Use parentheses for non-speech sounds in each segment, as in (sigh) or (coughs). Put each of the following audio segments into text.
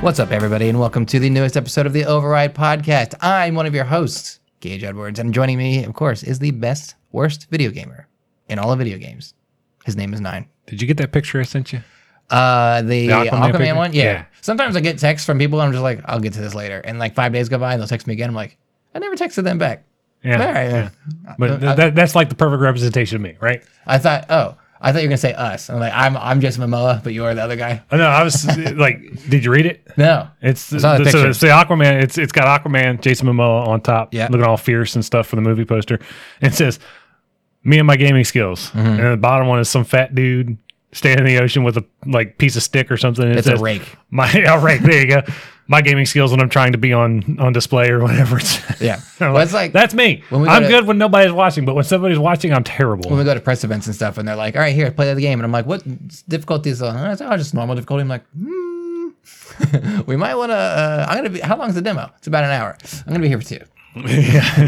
What's up, everybody, and welcome to the newest episode of the Override Podcast. I'm one of your hosts, Gage Edwards, and joining me, of course, is the best, worst video gamer in all of video games. His name is Nine. Did you get that picture I sent you? Uh, the, The Aquaman, Aquaman picture? one, yeah. Yeah. Sometimes I get texts from people, and I'm just like, I'll get to this later. And like five days go by, and they'll text me again. I'm like, I never texted them back. Yeah. All right, yeah. But th- that, that's like the perfect representation of me, right? I thought, oh, I thought you were gonna say us. I'm like, I'm I'm Jason Momoa, but you are the other guy. I know. Oh, I was (laughs) like, did you read it? No, It's, saw the the- so picture. it's the Aquaman. It's it's got Aquaman, Jason Momoa on top, Yeah. looking all fierce and stuff for the movie poster. And it says, "Me and my gaming skills." Mm-hmm. And the bottom one is some fat dude standing in the ocean with a like piece of stick or something. and it it's a says, rake. My (laughs) all right, there you go. My gaming skills when I'm trying to be on on display or whatever. (laughs) It's, Yeah, I'm well, like, it's like that's me. when we go I'm to- good when nobody's watching, but when somebody's watching, I'm terrible. when we go to press events and stuff, and they're like, "All right, here, play the game," and I'm like, "What difficulty is on?" And I say, "Oh, just normal difficulty." I'm like, "Hmm, (laughs) we might want to." Uh, I'm gonna be. How long is the demo? It's about an hour. I'm gonna be here for (laughs) two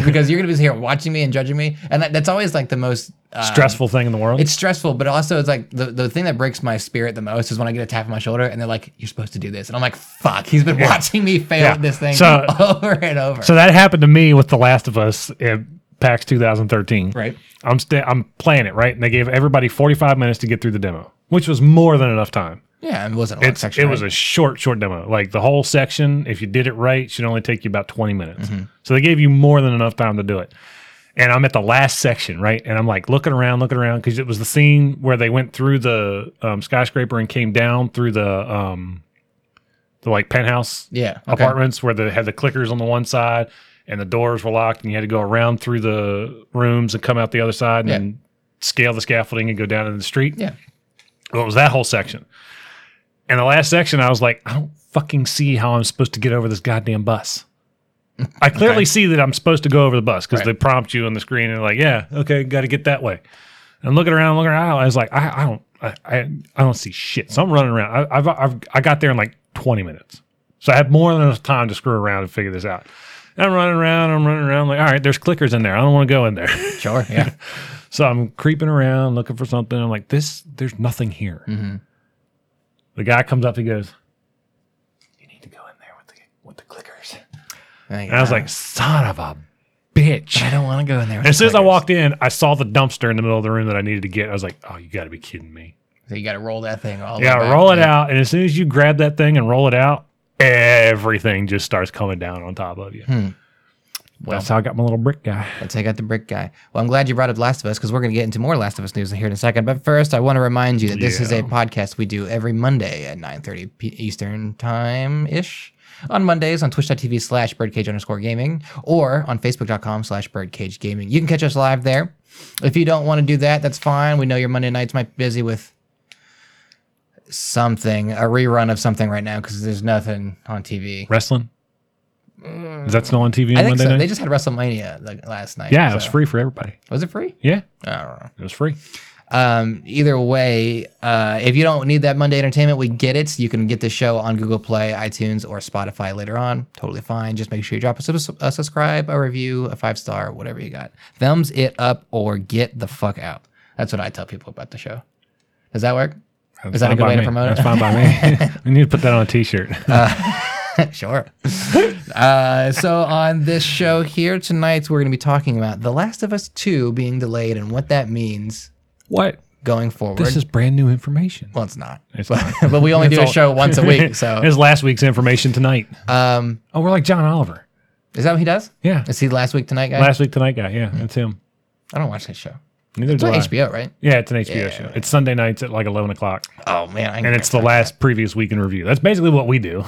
because you're gonna be here watching me and judging me, and that, that's always like the most uh, stressful thing in the world. It's stressful, but also it's like the, the thing that breaks my spirit the most is when I get a tap on my shoulder and they're like, "You're supposed to do this," and I'm like, "Fuck!" He's been watching me fail Yeah. at this thing So- (laughs) over and over. so that happened to me with The Last of Us at PAX 2013. Right. I'm sta- I'm playing it right, and they gave everybody 45 minutes to get through the demo, which was more than enough time. yeah, it wasn't a long It's- section. it was a short, short demo. Like the whole section, if you did it right, should only take you about 20 minutes. Mm-hmm. So they gave you more than enough time to do it. And I'm at the last section, right? And I'm like looking around, looking around, because it was the scene where they went through the um, skyscraper and came down through the um, the like penthouse yeah. Okay. apartments where they had the clickers on the one side and the doors were locked and you had to go around through the rooms and come out the other side and Yeah. then scale the scaffolding and go down into the street. Yeah. Well, it was that whole section. And the last section, I was like, I don't fucking see how I'm supposed to get over this goddamn bus. (laughs) I clearly see that I'm supposed to go over the bus because Right. they prompt you on the screen and like, yeah, okay, got to get that way. And looking around, looking around, I was like, I, I don't, I, I, I don't see shit. So I'm running around. I, I've, I've, I got there in like 20 minutes, so I had more than enough time to screw around and figure this out. And I'm running around. I'm running around. Like, all right, there's clickers in there. I don't want to go in there. (laughs) Sure. Yeah. So I'm creeping around looking for something. I'm like, this, there's nothing here. The guy comes up, he goes, You need to go in there with the, with the clickers. And I was like, Son of a bitch. I don't want to go in there. with As the soon as I clickers. walked in, I saw the dumpster in the middle of the room that I needed to get. I was like, Oh, you got to be kidding me. so you got to roll that thing all. the way Yeah, back. roll it out. And as soon as you grab that thing and roll it out, everything just starts coming down on top of you. Hmm. Well- That's how I got my little brick guy. Let's take out the brick guy. Well, I'm glad you brought up Last of Us because we're going to get into more Last of Us news here in a second. But first, I want to remind you that this is Yeah. a podcast we do every Monday at 9:30 P- Eastern time ish. On Mondays on twitch.tv slash birdcage underscore gaming or on facebook.com slash birdcage gaming. You can catch us live there. If you don't want to do that, that's fine. We know your Monday nights might be busy with something, a rerun of something right now because there's nothing on TV. Wrestling? Is that still on TV on I think Monday so. night? They just had WrestleMania like, last night. yeah, it was so- free for everybody. Was it free? Yeah, I don't know. it was free. Um, either way, uh, if you don't need that Monday entertainment, we get it. You can get the show on Google Play, iTunes, or Spotify later on. Totally fine. Just make sure you drop a, subs- a subscribe, a review, a five star, whatever you got. Thumbs it up or get the fuck out. That's what I tell people about the show. Does that work? Is that a Fine good by way to me. promote it? That's fine (laughs) by me. we need to put that on a T-shirt. sure. uh, so on this show here tonight, we're going to be talking about The Last of Us 2 being delayed and what that means what? going forward. This is brand new information. well, it's not. (laughs) It's but, not. but we only It's do a all- show once a (laughs) week, so It's last week's information tonight. um, Oh, we're like John Oliver. Is that what he does? Yeah, Is he the last week tonight guy? last week tonight guy. Yeah, that's him. I don't watch that show. Neither It's do on I. HBO, right? Yeah, it's an HBO Yeah. show. It's Sunday nights at like eleven o'clock, Oh man, I and it's the last previous week in review. That's basically what we do,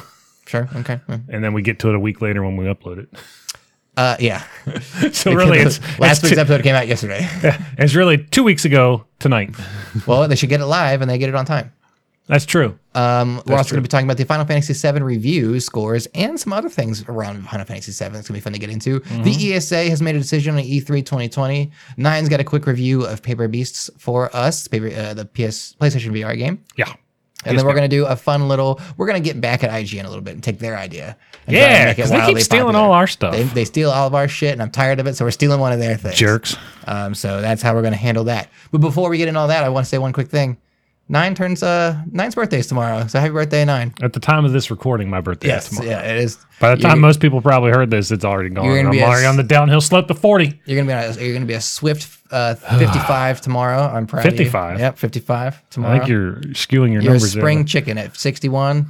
sure. (laughs) Okay. mm. and then we get to it a week later when we upload it. (laughs) Uh, yeah. (laughs) So really, it's last it's week's two- episode came out yesterday. it's really two weeks ago tonight. well, they should get it live and they get it on time. That's true. Um, we're also true. going to be talking about the Final Fantasy VII review scores and some other things around Final Fantasy VII. It's going to be fun to get into. Mm-hmm. The ESA has made a decision on E E3 2020. Nine's got a quick review of Paper Beasts for us, Paper, uh, the PS PlayStation VR game. Yeah. And then we're going to do a fun little. We're going to get back at IGN a little bit and take their idea. And try and Yeah, make it 'cause they keep wildly stealing popular. all our stuff. They, they steal all of our shit, and I'm tired of it. So we're stealing one of their things. Jerks. Um, so that's how we're going to handle that. But before we get into all that, I want to say one quick thing. Nine turns uh Nine's birthday's tomorrow, so happy birthday, Nine. At the time of this recording, my birthday is tomorrow. yeah, it is. By the time you- most people probably heard this, it's already gone. You're gonna and I'm be a already s- on the downhill slope to 40. You're gonna be a, you're gonna be a swift (sighs) uh, 55 tomorrow. I'm proud. of you. 55? Yep, 55 tomorrow. I think you're skewing your Uh-huh. You're a numbers. there. spring chicken at 61.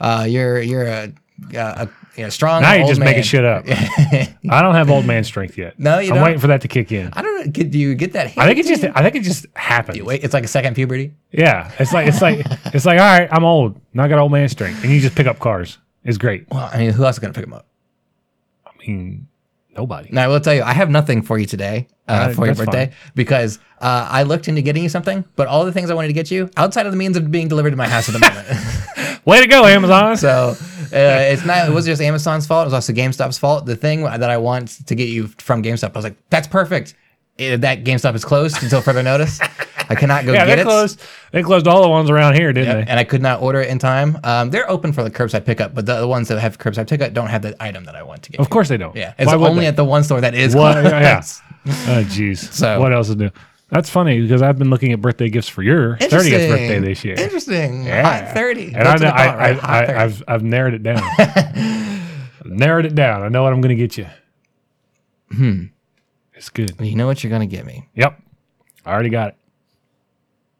Uh, you're you're a, a, a, a strong. Now you're old just man. making shit up. I don't have old man strength yet. No, you I'm don't. waiting for that to kick in. (laughs) I don't know. Could you get that? I think it just. I think it just happens. Wait, it's like a second puberty. Yeah, it's like it's (laughs) like it's like all right. I'm old. Now I got old man strength, and you just pick up cars. It's great. Well, I mean, who else is gonna pick him up? I mean, nobody. Now I will tell you, I have nothing for you today uh, Uh, for your that's birthday because uh, I looked into getting you something, but all the things I wanted to get you outside of the means of being delivered to my house (laughs) at the moment. Way to go, Amazon. so uh, it's not. It was just Amazon's fault. It was also GameStop's fault. The thing that I want to get you from GameStop, I was like, that's perfect. Eh, that GameStop is closed until further notice. I cannot go (laughs) yeah, get they it. closed. They closed all the ones around here, didn't they? And I could not order it in time. Um, they're open for the curbside pickup, but the, the ones that have curbside pickup don't have the item that I want to get. Of course they don't. Yeah, it's Why would only they? at the one store that is What? closed. Yeah. Oh, jeez. So- what else is new? That's funny because I've been looking at birthday gifts for your 30th birthday Interesting. this year. Interesting. Yeah. Hot 30. And I, know, I, I, I, I've, I've narrowed it down. I've narrowed it down. I know what I'm going to get you. Hmm. Hmm. It's good. you know what you're going to get me. Yep. I already got it.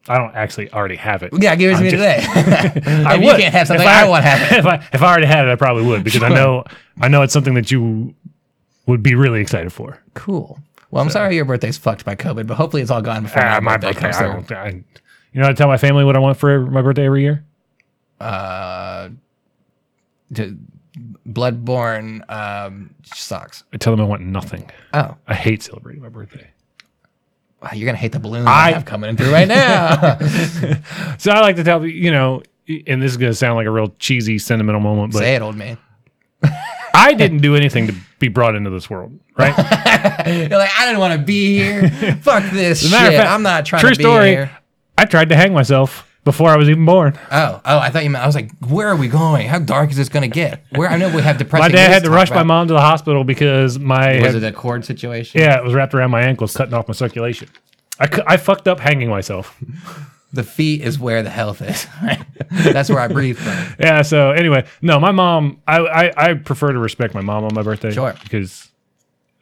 I don't actually already have it. Yeah, give it to I'm me just- today. (laughs) (laughs) I if would. you can't have something, (laughs) I, want to have it. If I, if I already had it, I probably would because I know I know it's something that you would be really excited for. Cool. Well, I'm sorry your birthday's fucked by COVID, but hopefully it's all gone before Ah, my birthday. comes I through. don't, I, you know, I tell my family what I want for my birthday every year. Uh, d- bloodborne um, sucks. I tell them I want nothing. Oh, I hate celebrating my birthday. wow, you're going to hate the balloons I, I- have coming through right (laughs) now. So I like to tell you know, and this is going to sound like a real cheesy sentimental moment, but Say it, old man. I didn't do anything to be brought into this world, right? (laughs) As You're like, I didn't want to be (laughs) here. Fuck this a shit. matter of fact, I'm not trying True to be story. here. I tried to hang myself before I was even born. Oh, oh, I thought you meant. I was like, where are we going? How dark is this going to get? Where I know we have depressing. My dad news had to talk rush my about. mom to the hospital because my Was it a cord situation? yeah, it was wrapped around my ankles, cutting off my circulation. I, cu- I fucked up hanging myself. (laughs) The feet is where the health is. (laughs) That's where I breathe from. Yeah. So anyway, no, my mom. I, I I prefer to respect my mom on my birthday. Sure. Because,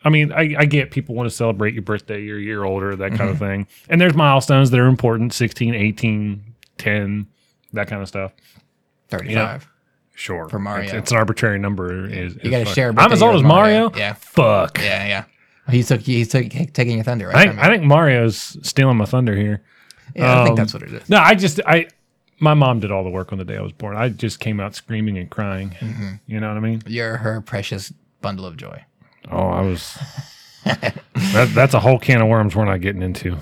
I mean, I, I get people want to celebrate your birthday. You're a year older, that Mm-hmm. kind of thing. And there's milestones that are important: 16, 18, 10, that kind of stuff. Thirty-five. Sure. For Mario. it's, it's an arbitrary number. Is, is gotta fine. share a I'm birthday as old with as Mario. Mario. Yeah. Fuck. Yeah, yeah. Oh, He took. He took taking your thunder. Right? I think from I think Mario's stealing my thunder here. you. yeah, I think um, that's what it is. No, I just I. My mom did all the work on the day I was born. I just came out screaming and crying. Mm-hmm. You know what I mean? You're her precious bundle of joy. Oh, I was. (laughs) that, that's a whole can of worms we're not getting into.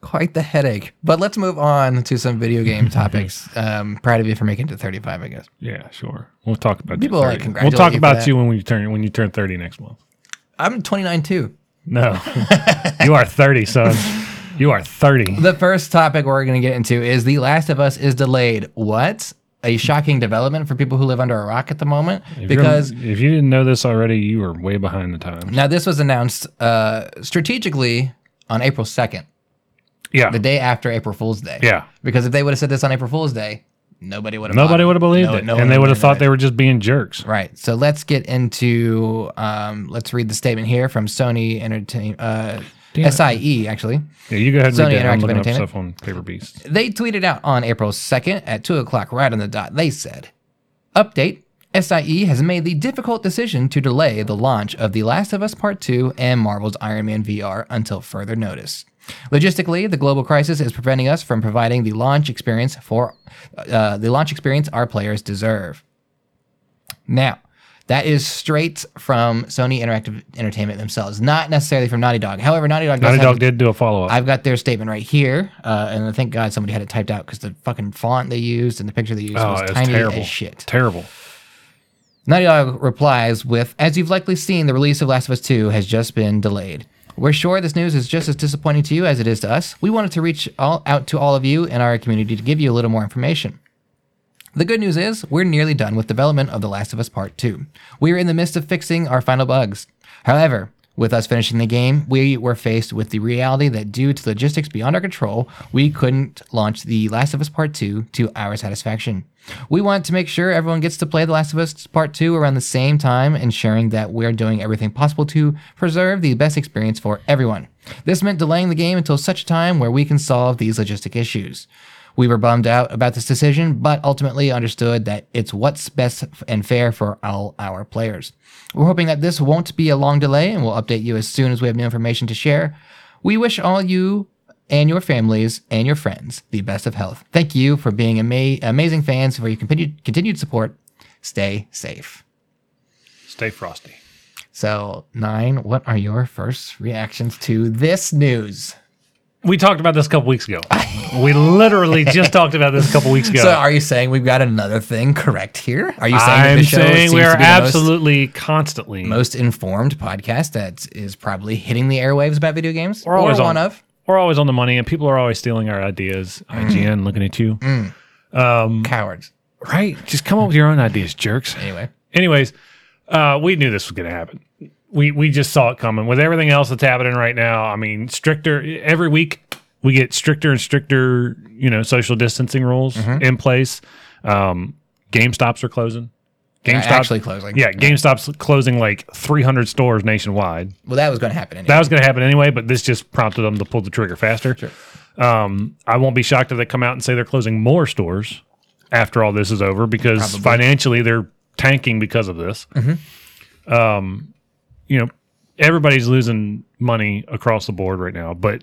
Quite the headache. But let's move on to some video (laughs) game topics. Um, proud of you for making it to 35, I guess. Yeah, sure. We'll talk about People, you. like, 30. congratulate We'll talk you for about that. you when we turn when you turn thirty next month. I'm 29 too. No, you are (laughs) thirty, son. You are thirty. The first topic we're going to get into is The Last of Us is delayed. What? A shocking development for people who live under a rock at the moment If you're- because if you didn't know this already, you were way behind the times. now this was announced uh, strategically on April 2nd, Yeah, the day after April Fool's Day. yeah. Because if they would have said this on April Fool's Day, nobody would have Nobody would have believed it, and they would have thought they were just being jerks. Right. So let's get into um, let's read the statement here from Sony Entertainment uh, Damn it. SIE actually. Yeah, you go ahead and Sony read that. I'm Interactive looking up Entertainment. stuff on Paper Beast. They tweeted out on April 2nd at 2 o'clock, right on the dot. They said, Update SIE has made the difficult decision to delay the launch of The Last of Us Part 2 and Marvel's Iron Man VR until further notice. Logistically, the global crisis is preventing us from providing the launch experience for uh, the launch experience our players deserve. Now, that is straight from Sony Interactive Entertainment themselves, not necessarily from Naughty Dog. However, Naughty Dog does Naughty have Dog did do a follow up. I've got their statement right here, uh, and I thank God somebody had it typed out because the fucking font they used and the picture they used Oh, was it was tiny terrible. as shit. Terrible. Naughty Dog replies with, "As you've likely seen, the release of Last of Us 2 has just been delayed. We're sure this news is just as disappointing to you as it is to us. We wanted to reach all, out to all of you and our community to give you a little more information." The good news is, we're nearly done with development of The Last of Us Part 2. We are in the midst of fixing our final bugs. However, With us finishing the game, we were faced with the reality that due to logistics beyond our control, we couldn't launch The Last of Us Part 2 to our satisfaction. We want to make sure everyone gets to play The Last of Us Part 2 around the same time, ensuring that we're doing everything possible to preserve the best experience for everyone. This meant delaying the game until such a time where we can solve these logistic issues. We were bummed out about this decision, but ultimately understood that it's what's best and fair for all our players. We're hoping that this won't be a long delay and we'll update you as soon as we have new information to share. We wish all you and your families and your friends the best of health. Thank you for being ama- amazing fans for your continued continued support. Stay safe. Stay frosty. So, nine, what are your first reactions to this news? We talked about this a couple weeks ago. (laughs) we literally just talked about this a couple weeks ago. So, are you saying we've got another thing correct here? Are you saying that I'm the show saying seems we to are be the most- absolutely constantly most informed podcast that is probably hitting the airwaves about video games We're always one on. of. we're always on the money, and people are always stealing our ideas. Mm. IGN, looking at you, Cowards. right? Just come up with your own ideas, jerks. Anyway, Anyways, uh, we knew this was going to happen. We we just saw it coming. With everything else that's happening right now, I mean, stricter every week we get stricter and stricter, you know, social distancing rules in place. Um, Game stops are closing. I GameStop, actually closing. yeah, GameStop's closing like 300 stores nationwide. Well, that was going to happen anyway. That was going to happen anyway, but this just prompted them to pull the trigger faster. Um, I won't be shocked if they come out and say they're closing more stores after all this is over because financially they're tanking because of this. Um, you know, everybody's losing money across the board right now, but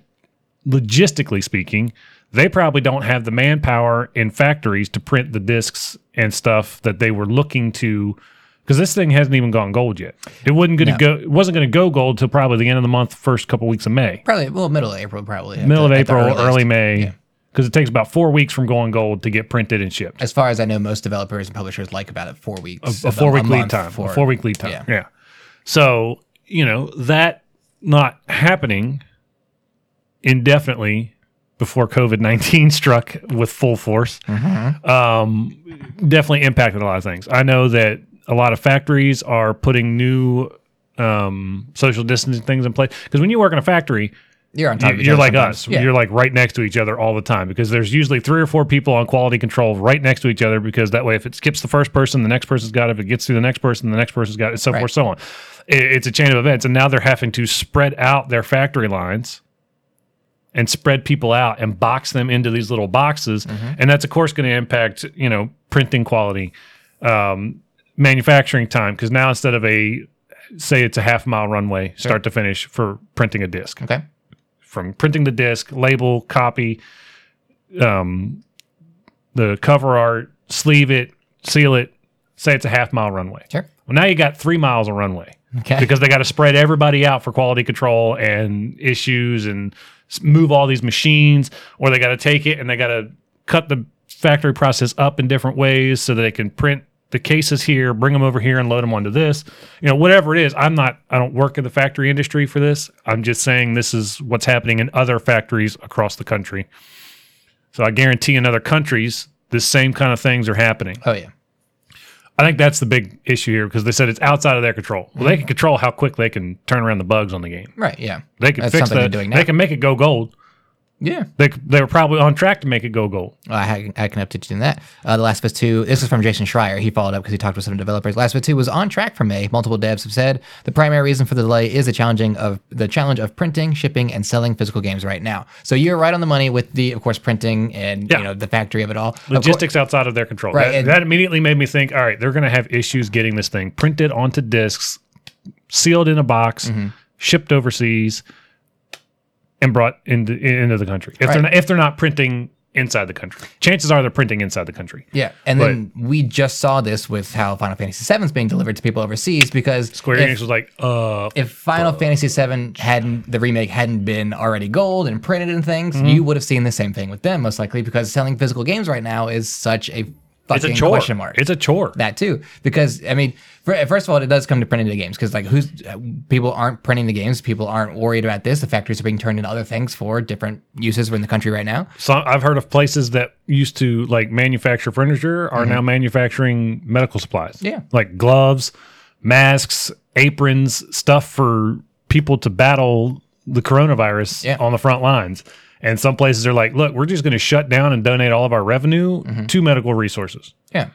logistically speaking, they probably don't have the manpower in factories to print the discs and stuff that they were looking to because this thing hasn't even gone gold yet. It wasn't going to go. It wasn't going to go gold till probably the end of the month, first couple weeks of May, probably well, middle of April, probably at middle the- of at the April, earliest. early May, because it takes about four weeks from going gold to get printed and shipped. As far as I know, most developers and publishers like about it four weeks, a four week lead month time. for- a four week lead time. yeah. Yeah. So, you know, that not happening indefinitely before COVID 19 (laughs) struck with full force Mm-hmm. um, definitely impacted a lot of things. I know that a lot of factories are putting new um, social distancing things in place. Because when you work in a factory, You're on top. of each you're other like sometimes. us. Yeah. You're like right next to each other all the time because there's usually three or four people on quality control right next to each other because that way if it skips the first person, the next person's got it. If it gets to the next person, the next person's got it, and so Right. forth, so on. I- It's a chain of events, and now they're having to spread out their factory lines and spread people out and box them into these little boxes, Mm-hmm. and that's of course going to impact you know printing quality, um, manufacturing time because now instead of a say it's a half mile runway start to finish for printing a disc okay. from printing the disc, label, copy, um, the cover art, sleeve it, seal it. Say it's a half mile runway. Sure. Well, now you got three miles of runway Okay. because they got to spread everybody out for quality control and issues and s- move all these machines, or they got to take it and they got to cut the factory process up in different ways so that they can print the cases here, bring them over here and load them onto this. You know, whatever it is, I'm not, I don't work in the factory industry for this. I'm just saying this is what's happening in other factories across the country. So I guarantee in other countries, the same kind of things are happening. oh yeah. I think that's the big issue here because they said it's outside of their control. Well, they Mm-hmm. can control how quick they can turn around the bugs on the game. Right. Yeah. They can That's fix something that. they're doing now. They can make it go gold. Yeah. They c- they were probably on track to make it go gold. Well, I, ha- I can update you on that. Uh, the Last of Us 2, this is from Jason Schreier. He followed up because he talked with some developers. Last of Us 2 was on track for May. Multiple devs have said the primary reason for the delay is the challenging of the challenge of printing, shipping, and selling physical games right now. So you're right on the money with the, of course, printing and Yeah. you know the factory of it all. Of course- Logistics outside of their control. Right, That, and- that immediately made me think. All right, they're going to have issues getting this thing printed onto discs, sealed in a box, Mm-hmm. shipped overseas, and brought into into the country. If Right. they're not, if they're not printing inside the country, chances are they're printing inside the country. Yeah, and then we just saw this with how Final Fantasy VII is being delivered to people overseas because Square if, Enix was like, uh, if Final Fantasy VII hadn't the remake hadn't been already gold and printed and things, Mm-hmm. you would have seen the same thing with them most likely because selling physical games right now is such a it's fucking a chore. question mark. It's a chore. that too because I mean, fir- first of all, it does come to printing the games because like who's uh, people aren't printing the games, people aren't worried about this. The factories are being turned into other things for different uses. We're in the country right now. Some, I've heard of places that used to like manufacture furniture Mm-hmm. are now manufacturing medical supplies. Yeah. Like gloves, masks, aprons, stuff for people to battle the coronavirus Yeah. on the front lines. And some places are like, look, we're just going to shut down and donate all of our revenue Mm-hmm. to medical resources. Yeah.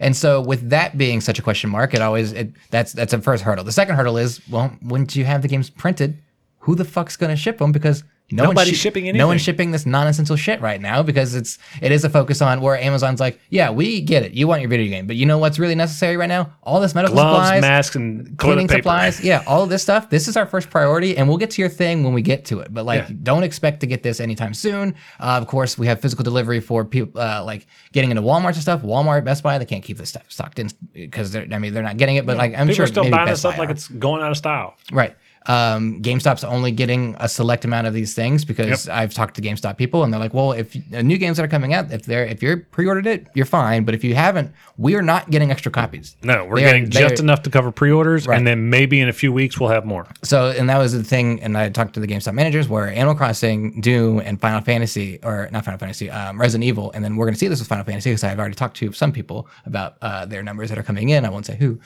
And so with that being such a question mark, it always it, that's that's a first hurdle. The second hurdle is, well, once you have the games printed, who the fuck's going to ship them because no Nobody's one's shi- shipping No one's anything. shipping this non-essential shit right now because it's it is a focus on where Amazon's like, yeah, we get it. You want your video game, but you know what's really necessary right now? All this medical Gloves, supplies, masks, and cleaning toilet paper. supplies, yeah, all of this stuff. This is our first priority, and we'll get to your thing when we get to it. But like, Yeah. don't expect to get this anytime soon. Uh, of course, we have physical delivery for people uh, like getting into Walmart and stuff. Walmart, Best Buy, they can't keep this stuff stocked in because they're I mean they're not getting it. But like, I'm People sure are still maybe buying Best this stuff Buy like are. it's going out of style. Right. Um, GameStop's only getting a select amount of these things because I've talked to GameStop people and they're like, well, if uh, new games that are coming out, if they're if you're pre-ordered it, you're fine. But if you haven't, we are not getting extra copies. No, we're They are- getting they are- just enough to cover pre-orders, Right. and then maybe in a few weeks we'll have more. So, and that was the thing. And I talked to the GameStop managers where Animal Crossing, Doom, and Final Fantasy, or not Final Fantasy, um, Resident Evil, and then we're going to see this with Final Fantasy because I've already talked to some people about uh, their numbers that are coming in. I won't say who.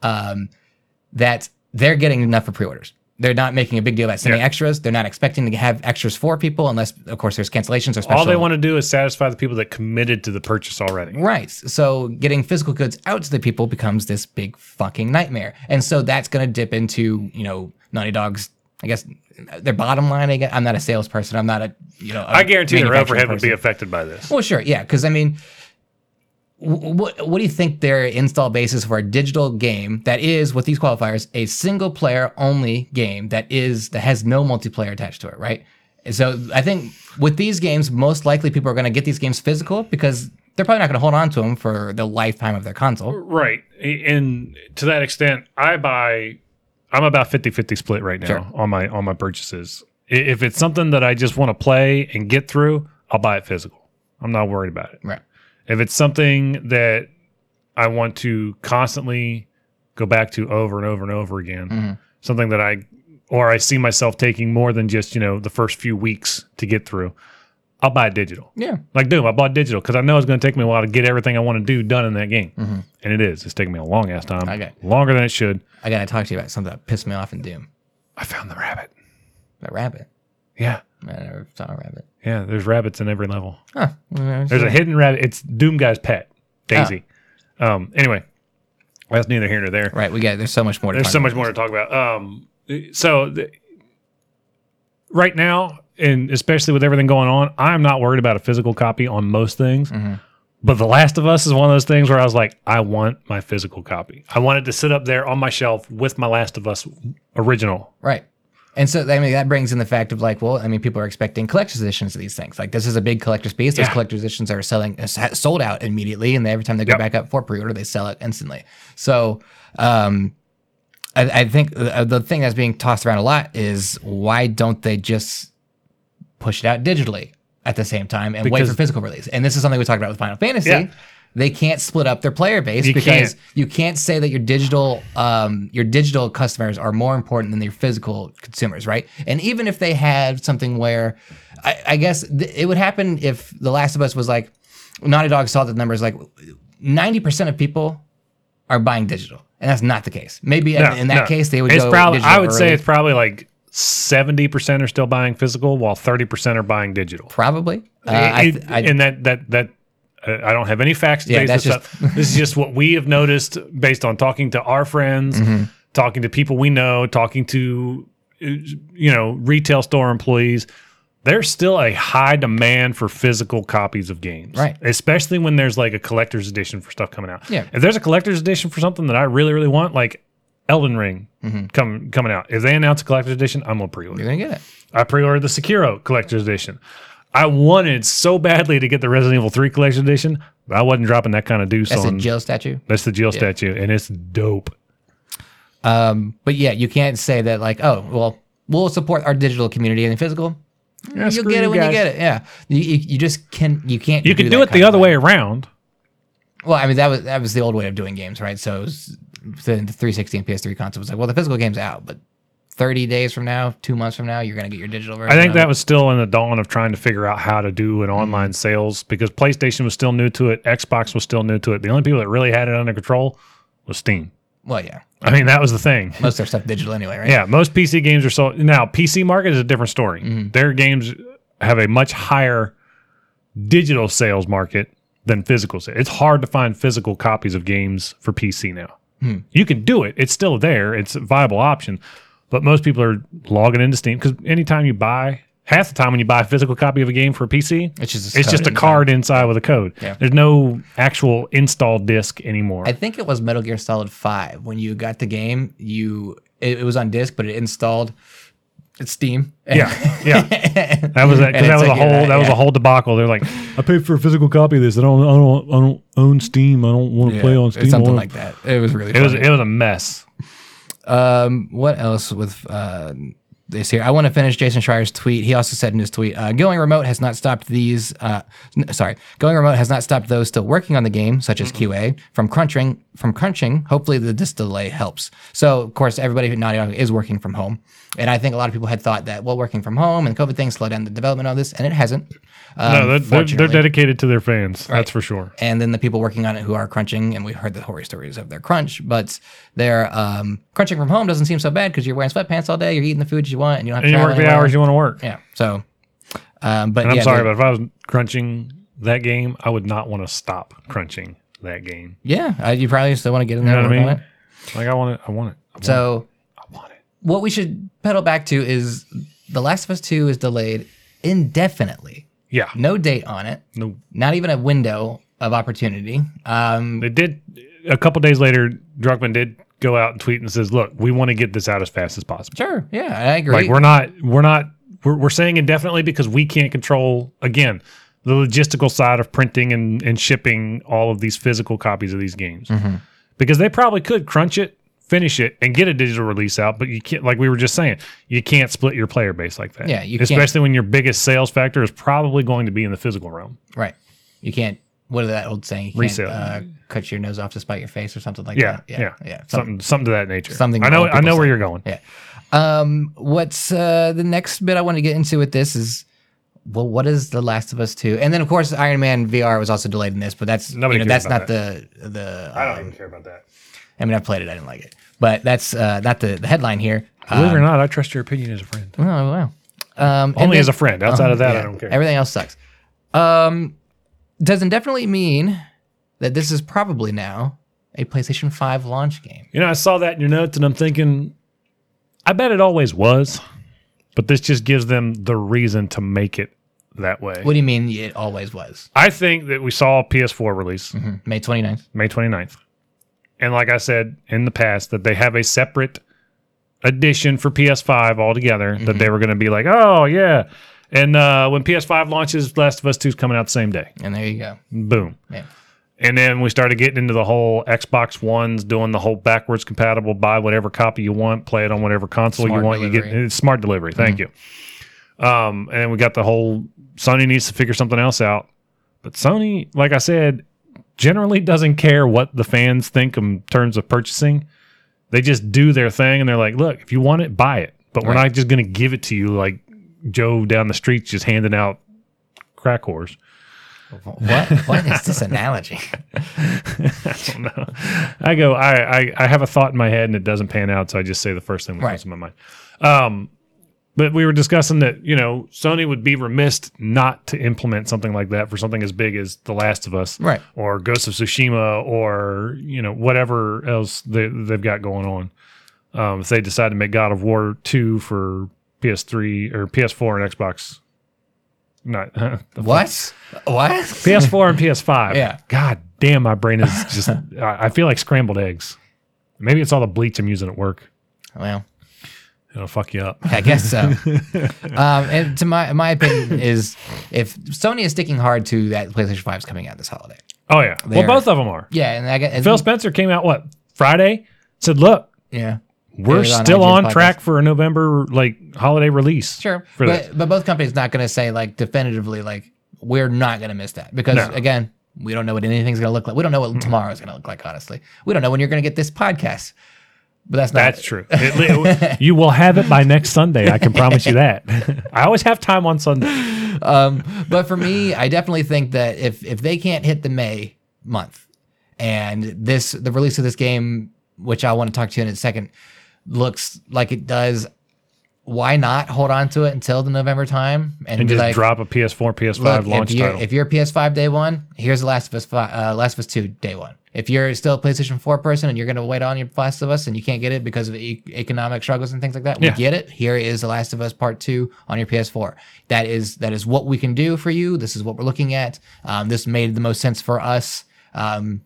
Um, that they're getting enough for pre-orders. They're not making a big deal about sending Yeah. extras. They're not expecting to have extras for people unless, of course, there's cancellations or special. All they want to do is satisfy the people that committed to the purchase already. Right. So getting physical goods out to the people becomes this big fucking nightmare. And so that's going to dip into, you know, Naughty Dog's, I guess, their bottom line. I guess. I'm not a salesperson. I'm not a, you know, I guarantee their overhead would would be affected by this. Well, sure. Yeah. Because, I mean, what, what do you think their install base is for a digital game that is, with these qualifiers, a single player only game that is that has no multiplayer attached to it, right? So I think with these games, most likely people are going to get these games physical because they're probably not going to hold on to them for the lifetime of their console. Right. And to that extent, I buy I'm about 50-50 split right now Sure. on my on my purchases. I- If it's something that I just want to play and get through, I'll buy it physical. I'm not worried about it. Right. If it's something that I want to constantly go back to over and over and over again, Mhm. something that I or I see myself taking more than just, you know, the first few weeks to get through, I'll buy it digital. Yeah. Like Doom, I bought digital because I know it's going to take me a while to get everything I want to do done in that game, Mhm. and it is. It's taking me a long ass time, Okay. longer than it should. I got to talk to you about something that pissed me off in Doom. I found the rabbit. That rabbit. Yeah, I never saw a rabbit. yeah. There's rabbits in every level. Huh. There's a hidden rabbit. It's Doom guy's pet, Daisy. Um. Anyway, that's neither here nor there. Right. We got, there's so much more to There's talk so about. much more to talk about. Um, so the, right now, and especially with everything going on, I'm not worried about a physical copy on most things. Mhm. But The Last of Us is one of those things where I was like, I want my physical copy. I wanted to sit up there on my shelf with my Last of Us original. Right. And so, I mean, that brings in the fact of like, well, I mean, people are expecting collector's editions of these things. Like, this is a big collector's piece. Those Yeah. collector's editions are selling, uh, s- sold out immediately. And they, every time they go Yep. back up for pre order, they sell it instantly. So, um, I, I think the, the thing that's being tossed around a lot is why don't they just push it out digitally at the same time and wait Because- for physical release? And this is something we talked about with Final Fantasy. Yeah. They can't split up their player base You because can't. you can't say that your digital um, your digital customers are more important than your physical consumers, right? And even if they had something where, I, I guess th- it would happen if The Last of Us was like, Naughty Dog saw the numbers like ninety percent of people are buying digital, and that's not the case. Maybe in- No, in that no. case they would it's go. probably, digital I would say early. it's probably like 70% are still buying physical while 30% are buying digital. probably. Uh, I th- It- I- and that, that, that, uh, I don't have any facts to Yeah, base that's this up. this is just what we have noticed based on talking to our friends, Mm-hmm. talking to people we know, talking to uh, you know retail store employees. There's still a high demand for physical copies of games, Right. Especially when there's like a collector's edition for stuff coming out. Yeah. If there's a collector's edition for something that I really, really want, like Elden Ring Mm-hmm. come, coming out, if they announce a collector's edition, I'm gonna pre-order. you're gonna get it. I pre-ordered the Sekiro Collector's Edition. I wanted so badly to get the Resident Evil 3 Collector's Edition, but I wasn't dropping that kind of deuce That's a on. Jill statue. that's the Jill statue, and it's dope. Um, but yeah, you can't say that like, oh, well, we'll support our digital community and physical. Yeah, You'll screw get it when you guys. get it. Yeah, you, you, you just can you can't. You could do that it kind the of other way around. Well, I mean that was that was the old way of doing games, right? So it was, the, the 360 and PS3 console was like, well, the physical game's out, but 30 days from now, two months from now, you're gonna get your digital version. I think of it. that was still in the dawn of trying to figure out how to do an online sales because PlayStation was still new to it, Xbox was still new to it. The only people that really had it under control was Steam. Well, yeah, I mean, that was the thing. Most of their stuff digital anyway, right? Yeah, most PC games are sold now. PC market is a different story. Mm-hmm. Their games have a much higher digital sales market than physical. sa- It's hard to find physical copies of games for PC now. Hmm. You can do it; it's still there. It's a viable option, but most people are logging into Steam because anytime you buy, half the time when you buy a physical copy of a game for a PC, It's just it's just code a inside. card inside with a code. Yeah. There's no actual install disk anymore. I think it was Metal Gear Solid Five when you got the game. You it, it was on disc, but it installed it's Steam. (laughs) yeah, yeah. That was that. 'cause And it That was a took you whole. that, That, was yeah. a whole debacle. They're like, (laughs) I paid for a physical copy of this. I don't. I don't. I don't own Steam. I don't want to play on Steam. I something wanna-" like that. It was really. It was. funny. It was a mess. Um, what else with uh, this here? I want to finish Jason Schreier's tweet. He also said in his tweet, uh, "Going remote has not stopped these. Uh, n- sorry, going remote has not stopped those still working on the game, such as QA, from crunching. From crunching. Hopefully, the disc delay helps. So, of course, everybody at Naughty Dog is working from home, and I think a lot of people had thought that well, working from home and the COVID thing slowed down the development of this, and it hasn't. Um, no, they're, they're, they're fortunately dedicated to their fans. That's for sure. and then the people working on it who are crunching, and we heard the horror stories of their crunch, but their um, crunching from home doesn't seem so bad because you're wearing sweatpants all day, you're eating the food you want, and you don't have And to you work travel the anywhere. hours you want to work. Yeah. So, um, but And I'm yeah, sorry, the- but if I was crunching that game, I would not want to stop crunching that game. yeah, uh, you probably still want to get in there. You know and what I work on mean? it. Like I want it. I want it. I want it. So I want it. what we should pedal back to is The Last of Us Two is delayed indefinitely, Yeah. no date on it, No. not even a window of opportunity. Um, They did. A couple days later, Druckman did go out and tweet and says, "Look, we want to get this out as fast as possible." sure, yeah, I agree. Like we're not we're not we're, we're saying indefinitely because we can't control again the logistical side of printing and, and shipping all of these physical copies of these games Mm-hmm. because they probably could crunch it finish it and get a digital release out but you can't like we were just saying you can't split your player base like that Yeah, you can't. especially when your biggest sales factor is probably going to be in the physical realm Right. You can't. What is that old saying? You can't, Resale. Uh, cut your nose off to spite your face or something like yeah that. yeah yeah, Yeah. Something. something something to that nature something i know old i know people where you're going Yeah. Um, what's uh, the next bit I want to get into with this is, well, what is The Last of Us Two? And then of course Iron Man VR was also delayed in this, but that's Nobody you know, cares that's not about the the. i don't um, even care about that I mean, I played it. I didn't like it, but that's uh, not the, the headline here. Uh, believe it or not i trust your opinion as a friend oh wow. Um, and only then- Uh-huh. as a friend outside of that Oh, Yeah, i don't care Everything else sucks. Um, doesn't definitely mean that this is probably now a PlayStation 5 launch game. You know, I saw that in your notes and I'm thinking, I bet it always was, but this just gives them the reason to make it that way. What do you mean it always was? I think that we saw a PS4 release Mhm. May 29th. May 29th. And like I said in the past, that they have a separate edition for PS5 altogether that they were going to be like, oh, yeah. And uh, when PS5 launches, Last of Us 2 is coming out the same day. And there you go. Boom. Yeah. And then we started getting into the whole Xbox Ones doing the whole backwards compatible, buy whatever copy you want, play it on whatever console Smart you want. You get delivery. Mm-hmm. it's smart delivery. Thank you. Um, and then we got the whole Sony needs to figure something else out. But Sony, like I said, generally doesn't care what the fans think in terms of purchasing. They just do their thing and they're like, look, if you want it, buy it. But we're Right. not just going to give it to you like Joe down the street just handing out crack whores. What what is (laughs) this analogy? No. I go, I, I, I have a thought in my head and it doesn't pan out, so I just say the first thing that Right. comes to my mind. Um, but we were discussing that, you know, Sony would be remiss not to implement something like that for something as big as The Last of Us Right. or Ghost of Tsushima or, you know, whatever else they, they've got going on. Um, if they decide to make God of War 2 for PS3 or PS4 and Xbox, not (laughs) What? What? PS4 and (laughs) PS5. Yeah. God damn, my brain is just. (laughs) I I feel like scrambled eggs. Maybe it's all the bleach I'm using at work. Well, It'll fuck you up. I guess (laughs) so. um, and to my my opinion is if Sony is sticking hard to that PlayStation 5 is coming out this holiday. Oh yeah. They Well, are- both of them are. Yeah, and I guess Phil Spencer came out what Friday? Said, look, yeah. It we're was on still IGN's on podcast. track for a November like holiday release. Sure, For but that. but both companies not going to say like definitively like we're not going to miss that because No. again we don't know what anything's going to look like. We don't know what tomorrow's going to look like. Honestly, we don't know when you're going to get this podcast. But that's not (laughs) That's true. It li- you will have it by next Sunday. I can promise (laughs) you that. I always have time on Sunday. um, but for me, I definitely think that if if they can't hit the May month and this the release of this game which I want to talk to you in a second, looks like it does, why not hold on to it until the November time and, and be just like, drop a PS4, PS5 look, launch if you're, title. if you're PS5 day one, here's the Last of Us fi- uh, Last of Us Two day one. If you're still a PlayStation Four person and you're gonna wait on your Last of Us and you can't get it because of e- economic struggles and things like that, we Yeah. get it. Here is the Last of Us Part Two on your PS4. That is that is what we can do for you. This is what we're looking at. Um, this made the most sense for us. Um,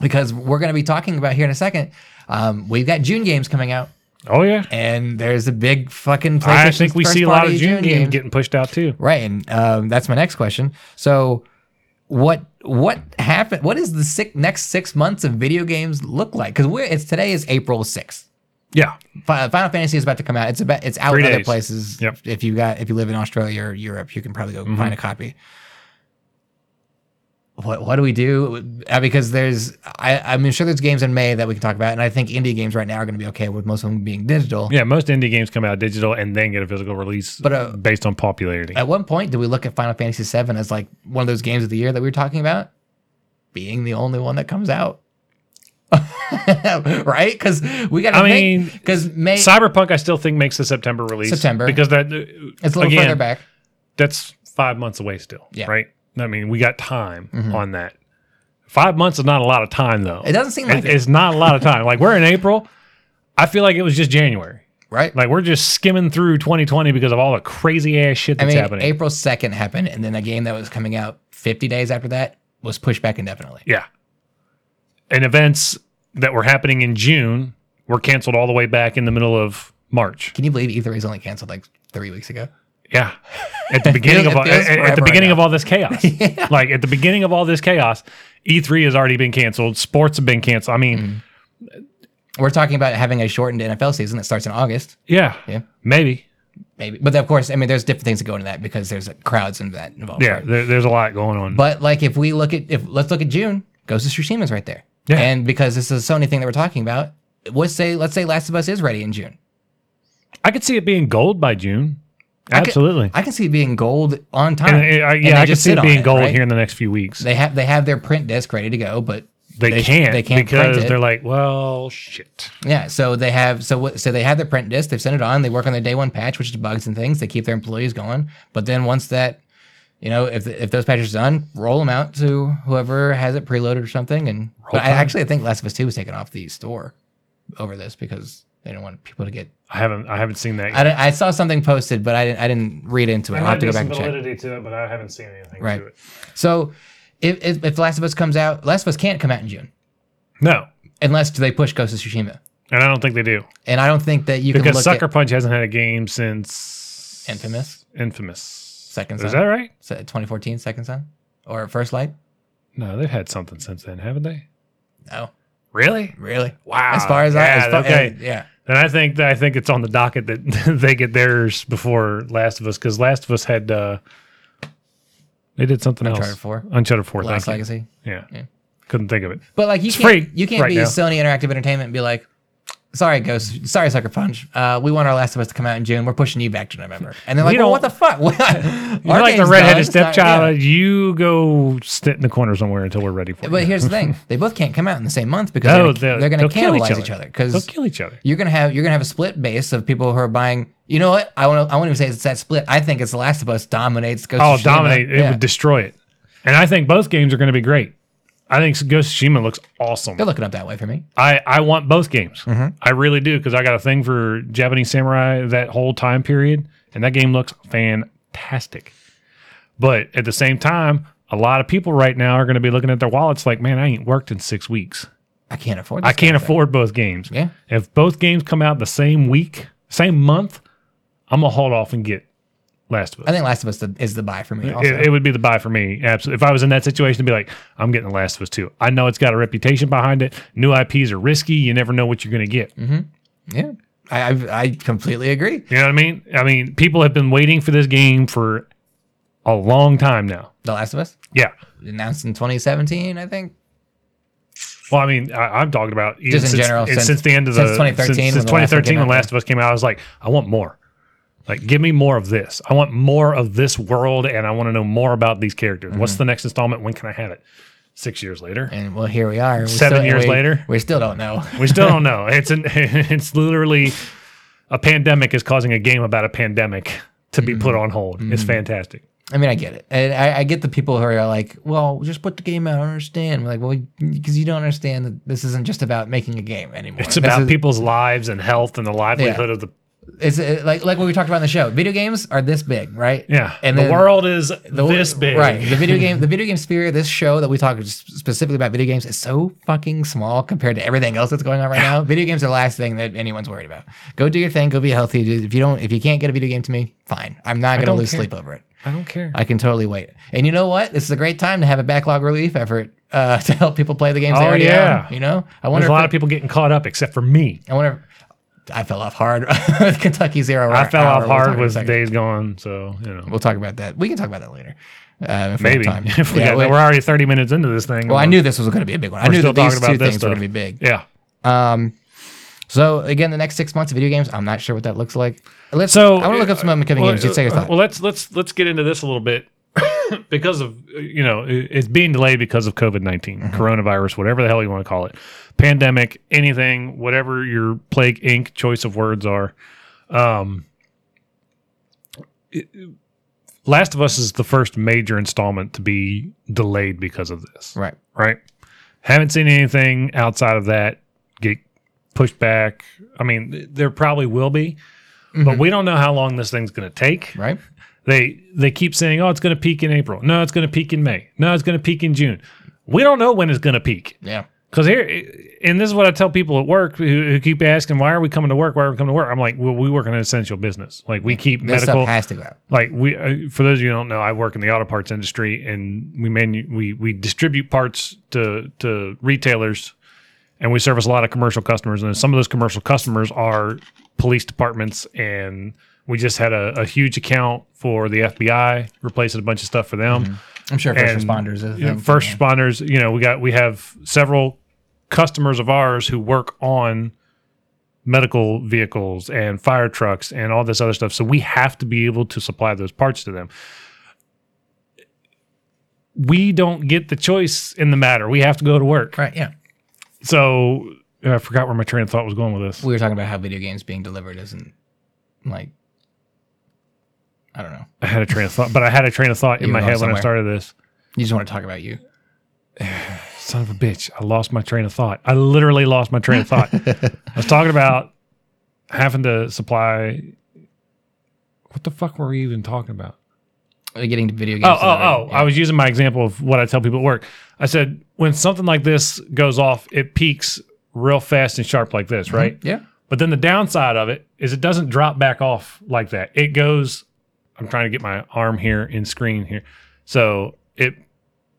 because we're going to be talking about here in a second. Um, we've got June games coming out, oh yeah, and there's a big fucking. I PlayStation think we first see a lot party of June games game. getting pushed out too. Right, and um, that's my next question. So, what what happened? What is the six, next six months of video games look like? Because we're it's today is April sixth. Yeah, Fi- Final Fantasy is about to come out. It's about it's out Three in other days. places. Yep. Mm-hmm. If you got if you live in Australia or Europe, you can probably go find a copy. What what do we do? Uh, Because there's I I'm sure there's games in May that we can talk about, and I think indie games right now are going to be okay with most of them being digital. yeah. Most indie games come out digital and then get a physical release, But, uh, based on popularity. At one point, did we look at Final Fantasy VII as like one of those games of the year that we were talking about, being the only one that comes out? (laughs) right? Because we got. I mean, because May Cyberpunk, I still think makes the September release. September. because that it's a little again, further back. That's five months away still. Yeah. Mm-hmm. Right. I mean, we got time on that. Five months is not a lot of time though. It doesn't seem like it. It's not a lot of time. like we're in April. I feel like it was just January. Right? Like we're just skimming through 2020 because of all the crazy ass shit I that's mean, happening. April second happened, and then a game that was coming out 50 days after that was pushed back indefinitely. yeah. And events that were happening in June were canceled all the way back in the middle of March. Can you believe E3 was only canceled like three weeks ago? Yeah. At (laughs) the beginning feels- of all, it feels at, at forever the beginning ago. of all (laughs) this chaos. Like at the beginning of all this chaos, E3 has already been canceled. Sports have been canceled. I mean, Mm. We're talking about having a shortened NFL season that starts in August, yeah. Yeah. Maybe. maybe. But of course, I mean, there's different things that go into that because there's like, crowds and that involved. Yeah, right? there, there's a lot going on. But like, if we look at if let's look at June, Ghost of Tsushima's right there. Yeah. And because this is a Sony thing that we're talking about, let's say let's say Last of Us is ready in June. I could see it being gold by June. could- Absolutely. I can see it being gold on time. And uh, I- I- And they yeah, I could just see sit it on being gold right? here in the next few weeks. They have they have their print disc ready to go, but They, they- can't, they can't print because it. they're like, well, shit. Yeah, so they have so what- so they have their print disc. They've sent it on. They work on their day one patch, which is bugs and things. They keep their employees going. But then once that, you know, if if those patches are done, roll them out to whoever has it preloaded or something. And but I Tide. actually I think Last of Us Two was taken off the store over this because they didn't want people to get. I haven't I haven't seen that. I, don't- I saw something posted, but I didn't I didn't read into it. I'll have to go back and check. to it, but I haven't seen anything Right. it. So if, if if Last of Us comes out, Last of Us can't come out in June No, unless they push Ghost of Tsushima. and I don't think they do And I don't think that you can because look Sucker at Punch hasn't had a game since Infamous. Infamous. Second Is Son. that right? So 2014 Second Son or First Light? No, they've had something since then, haven't they? No, Really? really. Wow. As far as I, yeah, as far, okay. and- yeah, And I think I think it's on the docket that (laughs) they get theirs before Last of Us because Last of Us had uh, they did something Uncharted else. 4. Uncharted Four. Last Thank you. Legacy. Yeah. Yeah. couldn't think of it. But like you It's can't, free you can't right be now. Sony Interactive Entertainment and be like, sorry, Ghost, sorry, Sucker Punch. Uh, we want our Last of Us to come out in June. We're pushing you back to November. And they're We like, well, don't- what the fuck? (laughs) You're You're like the redheaded stepchild. You go sit in the corner somewhere until we're ready for But you. here's the thing: they both can't come out in the same month because they're, No, they'll- they're going to they'll kill each cannibalize other. each other. They'll Because kill each other. you're gonna have you're gonna have a split base of people who are buying. You know what? I want to. I won't even say it's that split. I think it's The Last of Us dominates. Ghost Oh, of Tsushima. dominate! It Yeah. would destroy it. And I think both games are going to be great. I think Ghost of Tsushima looks awesome. They're looking up that way for me. I, I want both games. Mm-hmm. I really do because I got a thing for Japanese samurai that whole time period, and that game looks fantastic. But at the same time, a lot of people right now are going to be looking at their wallets like, man, I ain't worked in six weeks. I can't afford. This I can't kind of thing. afford both games. Yeah. If both games come out the same week, same month, I'm gonna hold off and get Last of I Us. think Last of Us the, is the buy for me. Also, It, it would be the buy for me. Absolutely. If I was in that situation, to be like, I'm getting the Last of Us too. I know it's got a reputation behind it. New IPs are risky. You never know what you're gonna get. yeah, I, I I completely agree. You know what I mean? I mean, people have been waiting for this game for a long time now. The Last of Us Yeah. announced in 2017, I think. Well, I mean, I, I'm talking about even in since, general, since, since- the end of since the 2013 when Since, since the last one 2013, came when out, Last of Us came out, I was like, I want more. Like, give me more of this. Mm-hmm. I want more of this world, and I want to know more about these characters. What's the next installment? When can I have it? six years later. And well, here we are. We Seven still- years we- later? we still don't know. (laughs) We still don't know. It's an, (laughs) it's literally a pandemic is causing a game about a pandemic to be Mm-hmm. put on hold. It's fantastic. I mean, I get it, and I, I get the people who are like, "Well, just put the game out." I don't understand. We're like, well, because you don't understand that this isn't just about making a game anymore. It's This about is- people's lives and health and the livelihood of the It's uh, like like what we talked about in the show. Video games are this big, right? yeah. and the then- world is this big. right? The video game, the video game sphere. This show that we talk specifically about video games is so fucking small compared to everything else that's going on right now. Video games are the last thing that anyone's worried about. Go do your thing. Go be healthy. Dude, If you don't, if you can't get a video game to me, fine. I'm not gonna don't lose care. sleep over it. I don't care. I can totally wait. And you know what? This is a great time to have a backlog relief effort uh, (laughs) to help people play the games they Oh, already yeah. own. You know, I wonder. There's If a lot of people getting caught up, except for me. I wonder. If, I fell off hard (laughs) with Kentucky Zero. I fell Hour. off We'll talk hard in a with second. days gone, so you know We'll talk about that. We can talk about that later. Uh, if we have maybe time. (laughs) if we Yeah, got, wait. we're already 30 minutes into this thing. well, I knew this was going to be a big one. I knew still that these talking about two this things were stuff. going to be big. Yeah. Um, so again, the next six months of video games, I'm not sure what that looks like. Let's, So I want to look up some upcoming well, games. Just take a uh, thought. Well, let's let's let's get into this a little bit (coughs) because of uh, you know it- it's being delayed because of COVID 19 Mm-hmm. coronavirus, whatever the hell you want to call it, pandemic, anything, whatever your plague ink choice of words are. Um, it- Last of Us is the first major installment to be delayed because of this right. right? Haven't seen anything outside of that get pushed back. I mean, th- there probably will be, but we don't know how long this thing's going to take. Right. They they keep saying, "Oh, it's going to peak in April." No, it's going to peak in May. No, it's going to peak in June. We don't know when it's going to peak. Yeah. Because here, and this is what I tell people at work who, who keep asking, "Why are we coming to work? Why are we coming to work?" I'm like, "Well, we work in an essential business. Like we keep This medical stuff has to go out. like we uh, for those of you who don't know i work in the auto parts industry and we manu- we we distribute parts to to retailers and we service a lot of commercial customers and some of those commercial customers are police departments and we just had a, a huge account for the fbi replacing a bunch of stuff for them I'm sure first And, responders is a you know, thing. first responders you know we got we have several customers of ours who work on medical vehicles and fire trucks and all this other stuff so we have to be able to supply those parts to them we don't get the choice in the matter we have to go to work Right. Yeah. so uh, i forgot where my train of thought was going with this we were talking about how video games being delivered isn't like I don't know. i had a train of thought but i had a train of thought in You my were head going when i somewhere. started this You just want to talk about you. son of a bitch, I lost my train of thought. I literally lost my train of thought. I was talking about having to supply. What the fuck were we even talking about? Like, Uh, Getting to video games. Oh, oh, oh. delivered. I was using my example of what I tell people at work. I said, when something like this goes off, it peaks real fast and sharp like Mm-hmm. this, right? Yeah. But then the downside of it is it doesn't drop back off like that. It goes, I'm trying to get my arm here in screen here. So it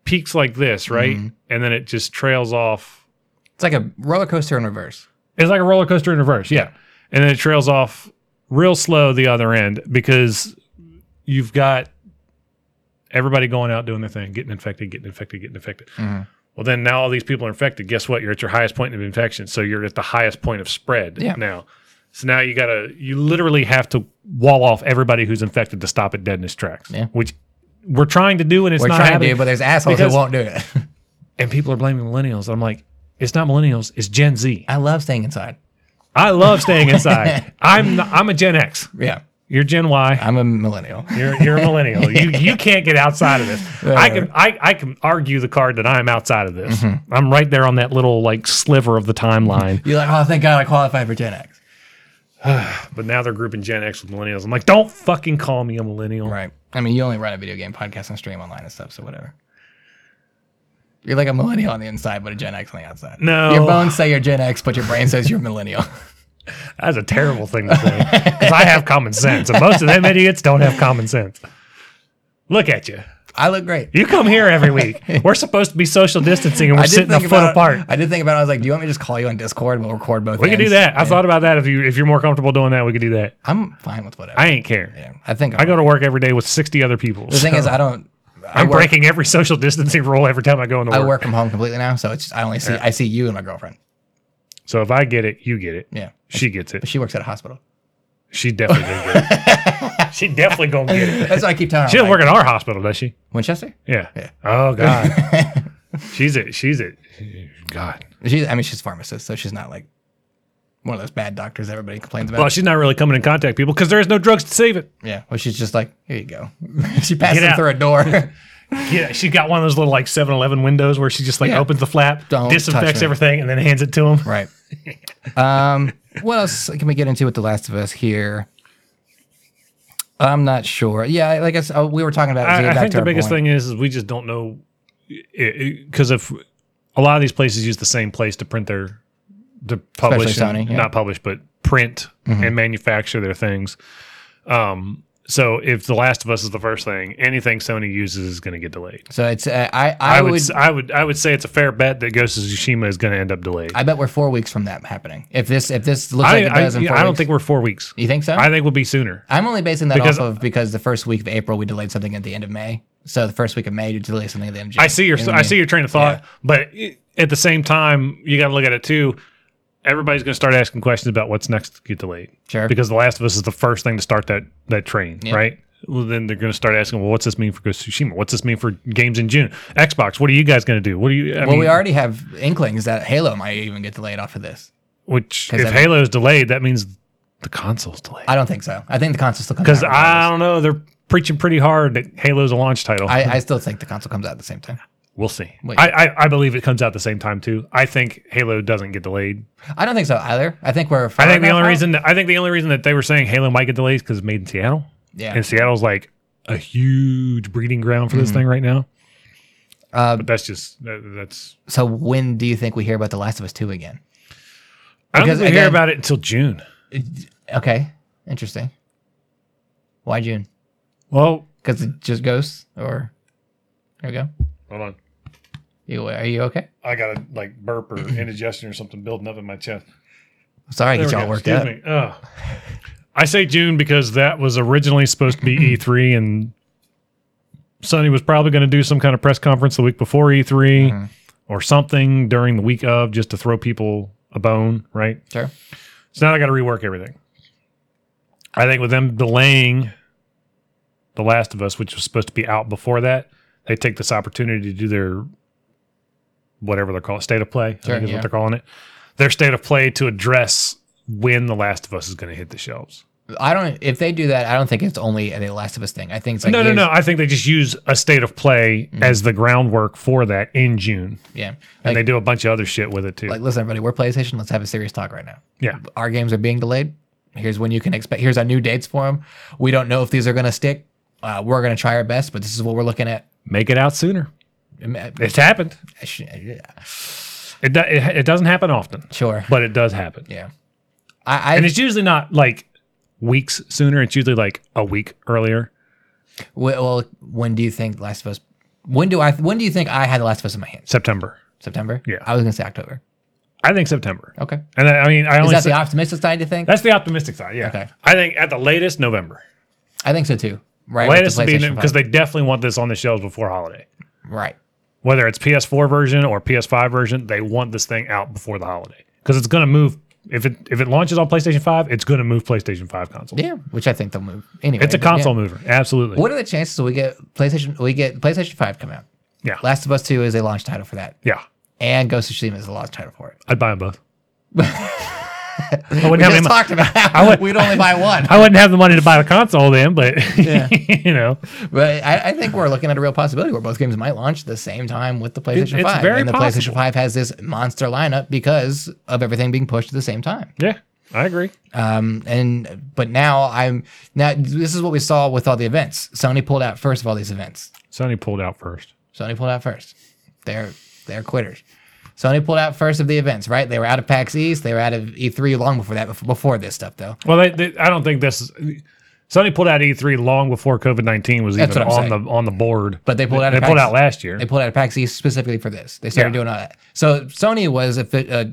peaks like this, right? And then it just trails off It's like a roller coaster in reverse. It's like a roller coaster in reverse. Yeah. And then it trails off real slow the other end because you've got everybody going out doing their thing, getting infected, getting infected, getting infected. Mhm. Well, then now all these people are infected. Guess what? You're at your highest point of infection. So you're at the highest point of spread Yeah. now. So now you got to, you literally have to wall off everybody who's infected to stop it dead in its tracks, Yeah. which we're trying to do and it's We're not trying happening to, but there's assholes because- who won't do (laughs) it. and people are blaming millennials. I'm like, it's not millennials, it's Gen Z. I love staying inside. I love (laughs) staying inside. I'm not, I'm a Gen X. Yeah. You're Gen Y. I'm a millennial. (laughs) You're you're a millennial. You you can't get outside of this. I can I, I can argue the card that I'm outside of this. Mm-hmm. I'm right there on that little like sliver of the timeline. You're like, oh, thank God I qualified for 10X. but now they're grouping Gen X with millennials. I'm like, don't fucking call me a millennial. Right. I mean, you only run a video game podcast and stream online and stuff, so whatever. You're like a millennial on the inside, but a Gen X on the outside. No. Your bones say you're Gen X, but your brain says you're millennial. (laughs) That's a terrible thing to say because I have common sense, and most of them idiots don't have common sense. Look at you. I look great. You come here every week. We're supposed to be social distancing, and we're sitting a foot about, apart. I did think about it. I was like, do you want me to just call you on Discord? We'll record both. We could do ends?" that. I thought about that. If you if you're more comfortable doing that, we could do that. I'm fine with whatever. I, I ain't care. yeah, I think I go to work every day with 60 other people. The thing is, I don't. I I'm work, breaking every social distancing (laughs) rule every time I go into I work. work from home completely now, so it's just, I only see I see you and my girlfriend. So if I get it, you get it. Yeah, She gets it. but she works at a hospital. She definitely gonna get (laughs) it. She definitely gonna get it. That's why I keep telling her. She I'm doesn't like, work at our hospital, does she? Winchester. (laughs) Yeah. Oh God. She's it. She's it. God. She, I mean, she's a pharmacist, so she's not like one of those bad doctors everybody complains about. Well, she's not really coming in contact people because there is no drugs to save it. yeah, well, she's just like, here you go. (laughs) she passes Get him out. through a (laughs) door. Yeah, she got one of those little like 7-Eleven windows where she just like Yeah. opens the flap, Don't touch disinfects it. everything, and then hands it to him. right. Um, what else can we get into with The Last of Us here? I'm not sure. Yeah, like I s- oh, we were talking about. I, back I think to the our biggest point. thing is, is we just don't know because if a lot of these places use the same place to print their to publish and- Sony, yeah. Mm-hmm. not publish but print and manufacture their things. Um, so if The Last of Us is the first thing, anything Sony uses is going to get delayed. So it's uh, I, I I, would, would s- I would I would say it's a fair bet that Ghost of Tsushima is going to end up delayed. I bet we're four weeks from that happening. If this if this looks I, like it I, does in yeah, four I don't weeks. think we're four weeks. you think so. I think we'll be sooner. I'm only basing that Because- off of because the first week of April we delayed something at the end of May. So the first week of May to delay something at the end of June. I see your You know what I see your train of thought, but i at the same time, you got to look at it too. Everybody's going to start asking questions about what's next to get delayed Sure. because The Last of Us is the first thing to start that that train, Yeah. right? Well, then they're going to start asking, well, what's this mean for Ghost of Tsushima? What's this mean for games in June? Xbox, what are you guys going to do? What are you? I well, mean, we already have inklings that Halo might even get delayed off of this. Which 'Cause if I mean- Halo is delayed, that means the console's delayed. I don't think so. I think the console still comes out. Because I don't know, they're preaching pretty hard that Halo's a launch title. regardless. I, I still think the console comes out at the same time. we'll see. Wait. I, I I believe it comes out at the same time too. I think Halo doesn't get delayed. I don't think so either. I think we're. far I think the enough only out. reason that, I think the only reason that they were saying Halo might get delayed is because it's made in Seattle, Yeah. and Seattle's like a huge breeding ground for this thing right now. Hmm. Uh, But that's just that, that's. So when do you think we hear about The Last of Us Two again? I don't Because think we hear again- about it until June. Okay, interesting. Why June? Well, Because it just ghosts or. There we go. hold on. You, are you okay? I got a like (clears throat) burp or indigestion or something building up in my chest. I'm sorry, I There get we y'all go. worked Excuse up. me. Ugh. I say June because that was originally (laughs) supposed to be E3, and Sony was probably going to do some kind of press conference the week before E3 Mhm. or something during the week of just to throw people a bone, right? Sure. So now I got to rework everything. I think with them delaying The Last of Us, which was supposed to be out before that, they take this opportunity to do their whatever they're calling state of play. I Sure, think is yeah. what they're calling it. Their state of play to address when The Last of Us is going to hit the shelves. I don't. If they do that, I don't think it's only a Last of Us thing. I think it's like no, no, here's- no. I think they just use a state of play as the groundwork for that in June, Yeah, and like, they do a bunch of other shit with it too. like listen, everybody, we're PlayStation. Let's have a serious talk right now. yeah, Our games are being delayed. Here's when you can expect. Here's our new dates for them. We don't know if these are gonna stick. Uh, we're gonna try our best, but this is what we're looking at. make it out sooner. Um, uh, It's happened. It do, it, it doesn't happen often, Sure. but it does happen. Yeah. I, and I it's usually not like weeks sooner. It's usually like a week earlier. well, when do you think Last of Us? When do I? When do you think I had the Last of Us in my hands? September. September. Yeah. I was gonna say October. I think September. Okay. Is And I, I mean, I only that say- the optimistic side? You think? that's the optimistic side. Yeah. Okay. I think at the latest November. I think so too. Right. with the Latest would be PlayStation because five. they definitely want this on the shelves before holiday. right. Whether it's PS4 version or PS5 version, they want this thing out before the holiday because it's going to move. If it if it launches on PlayStation 5, it's going to move PlayStation 5 console. Yeah, which I think they'll move anyway. It's a but yeah. console mover. Absolutely. What are the chances we get PlayStation? We get PlayStation Five come out. Yeah. Last of Us Two is a launch title for that, Yeah. and Ghost of Tsushima is a launch title for it. I'd buy them (laughs) both. I wouldn't We have just any- talked about (laughs) I how (laughs) would- we'd only buy one, (laughs) I wouldn't have the money to buy the console (laughs) then, but (laughs) you know, but I, I think we're looking at a real possibility where both games might launch at the same time with the PlayStation it's Five, very and the possible. PlayStation Five has this monster lineup because of everything being pushed at the same time. yeah, I agree. Um, and but now I'm now this is what we saw with all the events. Sony pulled out first of all these events. Sony pulled out first. Sony pulled out first. They're they're quitters. Sony pulled out first of the events, right? They were out of PAX East. They were out of E3 long before that. bef- Before this stuff, though. Well, they, they, I don't think this. Is, Sony pulled out E3 long before COVID nineteen was That's even what I'm on the on the board. But they pulled out They of pulled PAX. out last year. They pulled out of PAX East specifically for this. They started Yeah. doing all that. So Sony was, if it, uh,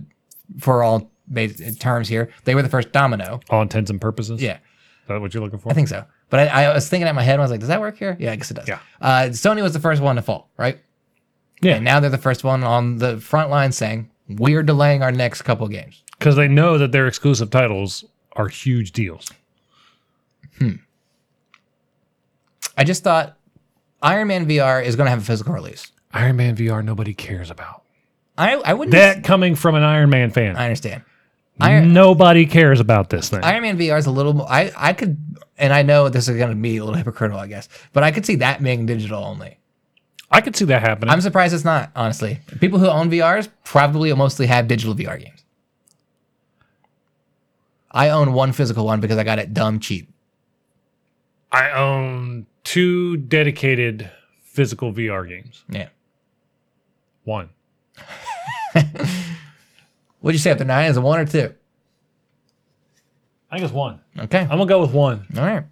for all ba- terms here, they were the first domino. all intents and purposes. Yeah, is that what you're looking for? I think so. But I, I was thinking in my head, I was like, does that work here? Yeah, I guess it does. Yeah. Uh, Sony was the first one to fall, right? yeah, And now they're the first one on the front line saying we're delaying our next couple games. because they know that their exclusive titles are huge deals. I just thought Iron Man VR is going to have a physical release. Iron Man VR nobody cares about. I I wouldn't. That coming from an Iron Man fan. I understand. Iron- nobody cares about this thing. Iron Man VR is a little. More, I I could, and I know this is going to be a little hypocritical, I guess, but I could see that being digital only. I could see that happening. I'm surprised it's not. Honestly, people who own VRs probably mostly have digital VR games. I own one physical one because I got it dumb cheap. I own two dedicated physical VR games. Yeah. One. What'd you say after nine? Is it one or two? I think it's one. Okay. I'm gonna go with one. All right.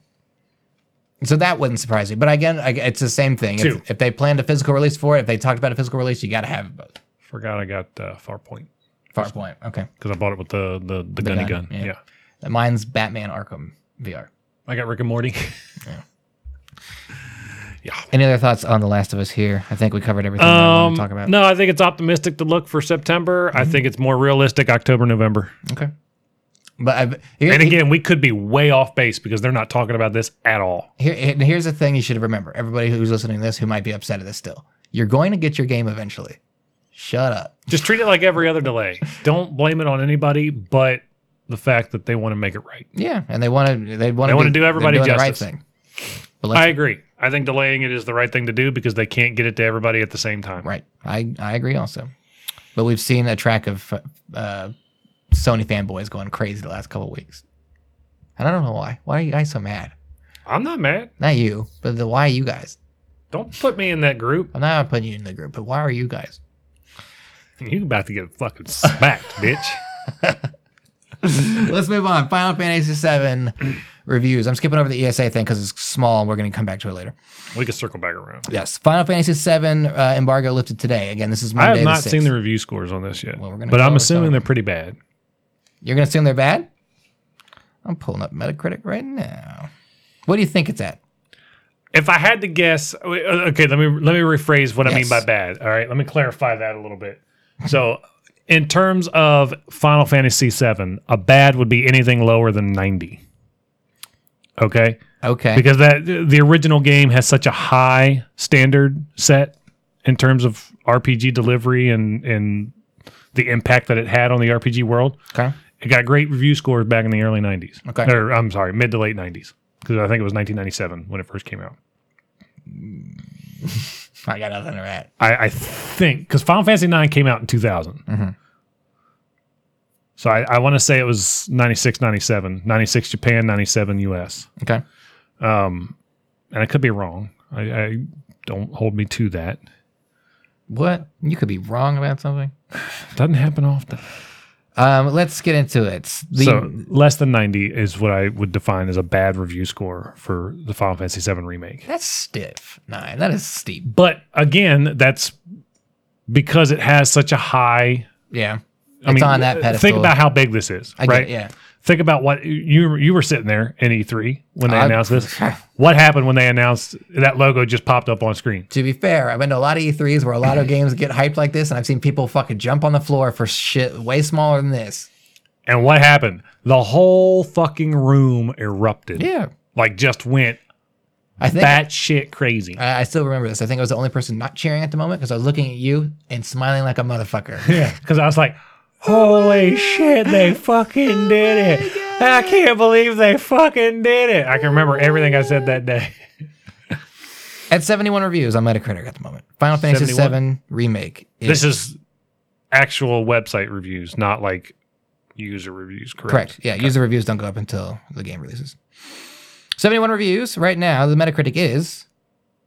So that wouldn't surprise me. But again, I- it's the same thing. Two. If, if they planned a physical release for it, if they talked about a physical release, you got to have it both. Forgot I got uh, Farpoint Far point. Okay. because I bought it with the the, the, gunny gun, gun. yeah. Yeah. Mine's Batman Arkham VR. I got Rick and Morty. (laughs) yeah. Any other thoughts on The Last of Us here? I think we covered everything that I Um, wanted to talk about. No, I think it's optimistic to look for September. I think it's more realistic October, November. Okay. But I've, here, And again, we could be way off base because they're not talking about this at all. here, and here's the thing you should remember. Everybody who's listening to this who might be upset at this still, you're going to get your game eventually. Shut up. Just treat it like every (laughs) other delay. Don't blame it on anybody but the fact that they want to make it right. Yeah, and they want to. They want They to wanna do everybody the right justice. thing. But let's, I agree. I think delaying it is the right thing to do because they can't get it to everybody at the same time. Right. I, I agree also. But we've seen a track of uh, Sony fanboys going crazy the last couple weeks. And I don't know why. Why are you guys so mad? I'm not mad. Not you, but the why you guys. Don't put me in that group. I'm not putting you in the group, but why are you guys? You about to get (laughs) fucking smacked, bitch. Let's move on. Final Fantasy VII reviews. I'm skipping over the ESA thing because it's small and we're going to come back to it later. We can circle back around. Yes. Final Fantasy VII uh, embargo lifted today. Again, this is Monday. I have the not seen 6th. the review scores on this yet, Well, we're gonna but go I'm over some of assuming them. they're pretty bad. You're going to assume they're bad? I'm pulling up Metacritic right now. What do you think it's at? If I had to guess, uh, okay, let me let me rephrase what I mean Yes. by bad. All right, let me clarify that a little bit. So, in terms of Final Fantasy VII, a bad would be anything lower than 90. Okay, Okay. because that the original game has such a high standard set in terms of RPG delivery and and the impact that it had on the RPG world. Okay. It got great review scores back in the early 90s. Okay. Or I'm sorry, mid to late 90s. Because I think it was 1997 when it first came out. I got nothing to add. I, I think, because Final Fantasy IX came out in 2000. So I, I want to say it was 96, 97, 96 Japan, 97 US. Okay. And I could be wrong. I, I don't hold me to that. What? You could be wrong about something. Doesn't happen often. Um, let's get into it. The, so less than 90 is what I would define as a bad review score for the Final Fantasy VII remake. that's stiff. Nine. That is steep. But again, that's because it has such a high. Yeah. I it's mean, on that pedestal. Think about how big this is, I get right? it, yeah. Think about what you you were sitting there in E3 when they I- announced this. (laughs) What happened when they announced that logo just popped up on screen? To be fair, I've been to a lot of E3s where a lot (laughs) of games get hyped like this, and I've seen people fucking jump on the floor for shit way smaller than this. And what happened? The whole fucking room erupted. Yeah. Like just went I think batshit crazy. I, I still remember this. I think I was the only person not cheering at the moment because I was looking at you and smiling like a motherfucker. (laughs) Yeah, because I was like, holy Oh shit, (laughs) they fucking did it. I can't believe they fucking did it. I can remember everything I said that day. at 71 reviews on Metacritic at the moment. Final Fantasy 71? VII Remake. Is This is actual website reviews, not like user reviews, correct? Correct. Yeah, user reviews don't go up until the game releases. 71 reviews right now. The Metacritic is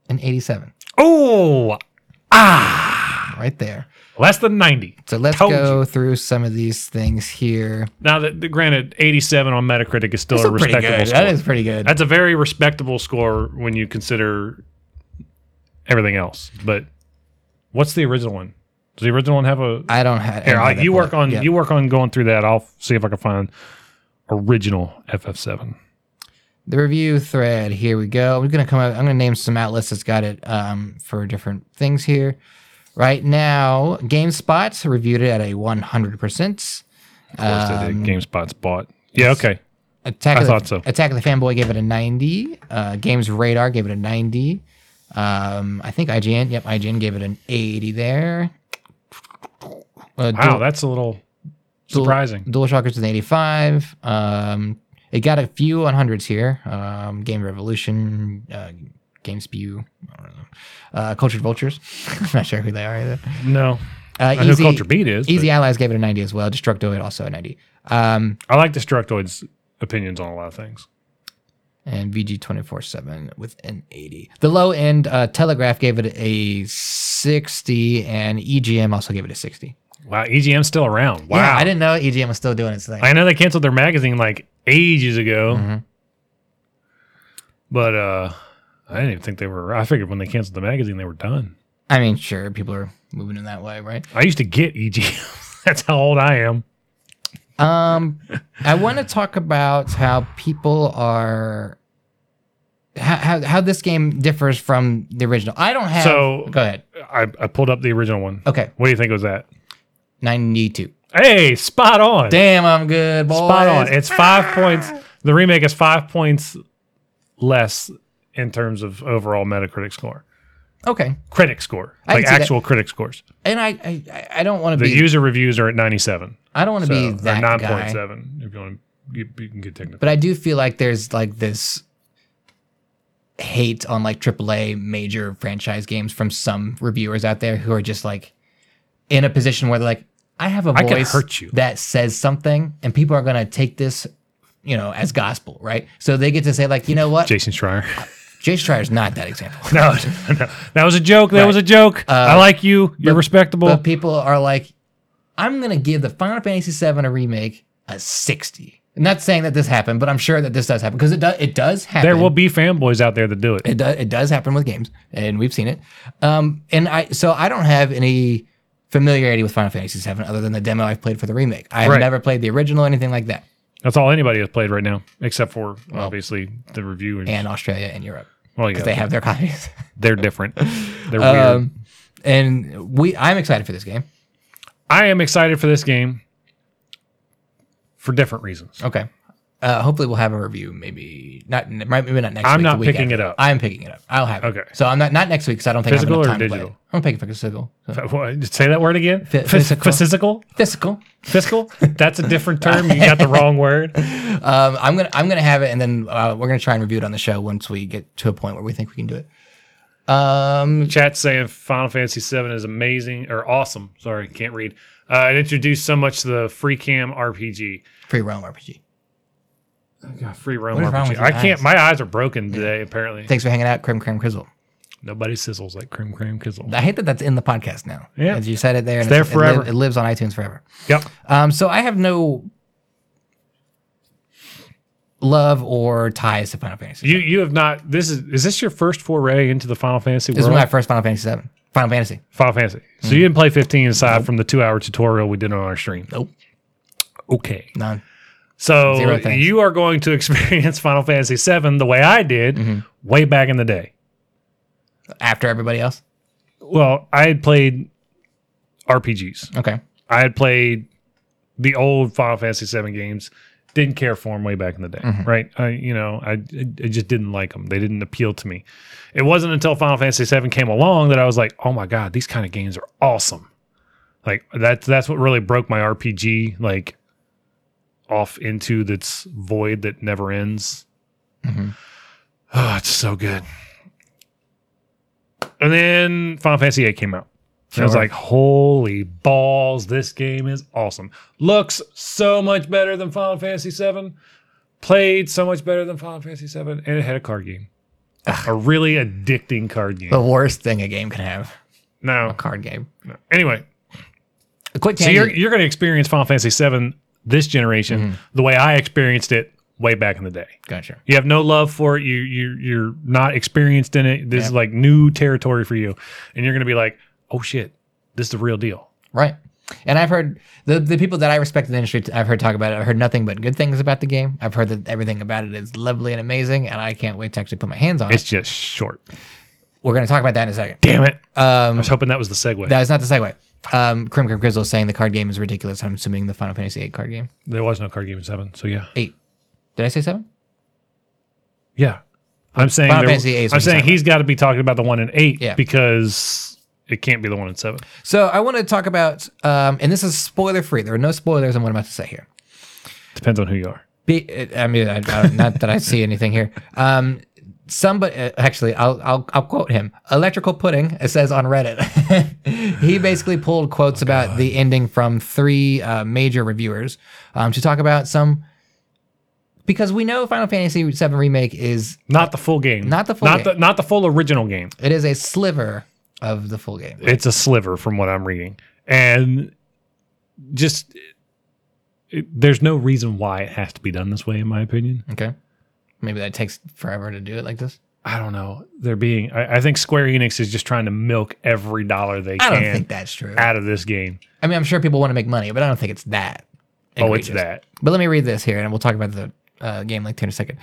an 87 Oh, ah, right there. less than 90. So let's Told go through some of these things here. Now, that, that- granted, 87 on Metacritic is still That's a still pretty respectable good. score. That is pretty good. That's a very respectable score when you consider everything else. But what's the original one? Does the original one have a I don't have. Here, I, you work on Yeah. you work on going through that. I'll see if I can find original FF7. the review thread. Here we go. We're gonna come. Up, I'm gonna name some outlets that's got it um, for different things here. Right now, GameSpot reviewed it at a 100. percent Of course, they Um, did. GameSpot's bought. Yeah, okay. Attack I of the, thought so. Attack of the Fanboy gave it a 90. Uh, Games Radar gave it a 90. Um, I think IGN. Yep, IGN gave it an 80 there. Uh, Wow, that's a little surprising. Dual Shockers is an 85. Um, it got a few on hundreds here. Um, Game Revolution, uh, Game Spew, I don't know. Uh, Cultured Vultures. (laughs) I'm not sure who they are either. No, Uh, I know Culture Beat is. but Easy Allies gave it a 90 as well. Destructoid also a 90. Um, I like Destructoid's opinions on a lot of things. and VG 24 7 with an 80. The low end, uh, Telegraph gave it a 60, and EGM also gave it a 60. Wow, EGM's still around. Wow, Yeah, I didn't know EGM was still doing its thing. I know they canceled their magazine like ages ago, Mhm. but uh, I didn't even think they were. I figured when they canceled the magazine, they were done. I mean, sure, people are moving in that way, right? I used to get EGM. (laughs) That's how old I am. Um, I want to talk about how people are how, how how this game differs from the original. I don't have. So- go ahead. I, I pulled up the original one. Okay, What do you think was that? ninety two. Hey, spot on. Damn, I'm good, boy. Spot on. It's five points. The remake is five points less in terms of overall Metacritic score, okay, critic score, I can like see that. actual critic scores. and I I, I- I don't want to The be user reviews are at 97. I don't want to So, be or that nine guy. point seven. If you want, to, you, you can get (laughs) technical. But I do feel like there's like this hate on like AAA major franchise games from some reviewers out there who are just like in a position where they're like, I have a I could voice hurt you. that says something, and people are gonna take this, you know, as gospel, right? So they get to say like, you know what, Jason Schreier. Jason Schreier's not that example. (laughs) no, no, that was a joke. That was a joke. Uh, I like you. You're respectable. But people are like, I'm gonna give the Final Fantasy VII a remake a sixty. Not saying that this happened, but I'm sure that this does happen because it does. It does happen. there will be fanboys out there that do it. It does it does happen with games, and we've seen it. Um, and I so I don't have any familiarity with Final Fantasy VII other than the demo I've played for the remake. I have Right. never played the original, anything like that, That's all anybody has played right now, except for obviously the reviewers. and Australia and Europe well, because yeah, they have their copies. (laughs) they're different. They're (laughs) weird. um, and we I'm excited for this game. I am excited for this game for different reasons. (laughs) Okay. Uh, hopefully we'll have a review. Maybe not. n- might- Maybe not next. I'm week, not the week picking after. it up. I'm picking it up. I'll have it. Okay. So I'm not not next week because I don't think Physical I have or enough time to play digital? it. I'm picking physical. So. Say that word again. Fi- Phys- physical. Physical. Physical. Fiscal. That's a different term. (laughs) You got the wrong word. Um, I'm gonna I'm gonna have it, and then uh, we're gonna try and review it on the show once we get to a point where we think we can do it. Um, Chat saying Final Fantasy VII is amazing or awesome. Sorry, can't read. Uh, it introduced so much to the free cam RPG. free roam RPG. God, free roam What is wrong RPG. with your I can't. eyes? My eyes are broken today. Apparently, Thanks for hanging out, Crim Crim Crizzle. nobody sizzles like Crim Crim Kizzle. I hate that that's in the podcast now. Yeah. as you said it there, and It's there it li- forever. It, lives on iTunes forever. Yep. Um, so I have no love or ties to Final Fantasy. You you have not. This is is this your first foray into the Final Fantasy this is world? my first Final Fantasy Seven. Final Fantasy. Final Fantasy. So Mm-hmm. you didn't play 15 aside from the two hour tutorial we did on our stream. Nope. Okay. None. So Zero thanks. you are going to (laughs) experience Final Fantasy VII the way I did Mm-hmm. way back in the day. After everybody else. Well, I had played RPGs. Okay. I had played the old Final Fantasy VII games. Didn't care for them way back in the day, Mm-hmm. right? I, you know, I, I just didn't like them. They didn't appeal to me. It wasn't until Final Fantasy VII came along that I was like, oh my god, these kind of games are awesome. Like that's that's what really broke my RPG like off into this void that never ends. Mhm. Oh, it's so good. And then Final Fantasy VIII came out. And I was Sure. like, holy balls, this game is awesome. Looks so much better than Final Fantasy VII. Played so much better than Final Fantasy VII. And it had a card game. A really addicting card game. The worst thing a game can have. No. A card game. Anyway, A quick so you're, tangent. you're going to experience Final Fantasy VII this generation the way I experienced it way back in the day. gotcha. You have no love for it. You you you're not experienced in it. This is Yeah. like new territory for you, and you're gonna be like, oh shit, this is the real deal. Right. And I've heard the, the people that I respect in the industry, I've heard talk about it. I've heard nothing but good things about the game. I've heard that everything about it is lovely and amazing, and I can't wait to actually put my hands on It's it. just short. We're going to talk about that in a second. Damn it! I Um, was hoping that was the segue. that is not the segue. Um, Crim Crim Grizzle is saying the card game is ridiculous. I'm assuming the Final Fantasy VIII card game. there was no card game in seven, so yeah, Eight. Did I say seven? yeah. I'm saying Final there- Fantasy VIII is what I'm you're saying talking he's got to be talking about the one in eight Yeah. because it can't be the one in seven. So I want to talk about, um, and this is spoiler free. There are no spoilers on what I'm about to say here. Depends on who you are. Be, I mean, I, I don't, not that I see anything here. Um, somebody, uh, actually, I'll, I'll I'll quote him. Electrical pudding. It says on Reddit. (laughs) he basically pulled Oh, quotes about the ending from three uh, major reviewers um, to talk about some. Because we know Final Fantasy VII remake is Not the full game. Not the full Not game. the not the full original game. it is a sliver of the full game. It's a sliver from what I'm reading, and just it, there's no reason why it has to be done this way, in my opinion. Okay, maybe that takes forever to do it like this. I don't know. They're being. I, I think Square Enix is just trying to milk every dollar they I don't can think that's true. out of this game. I mean, I'm sure people want to make money, but I don't think it's that. Oh, it's egregious. that. But let me read this here, and we'll talk about the uh, game length here in a second.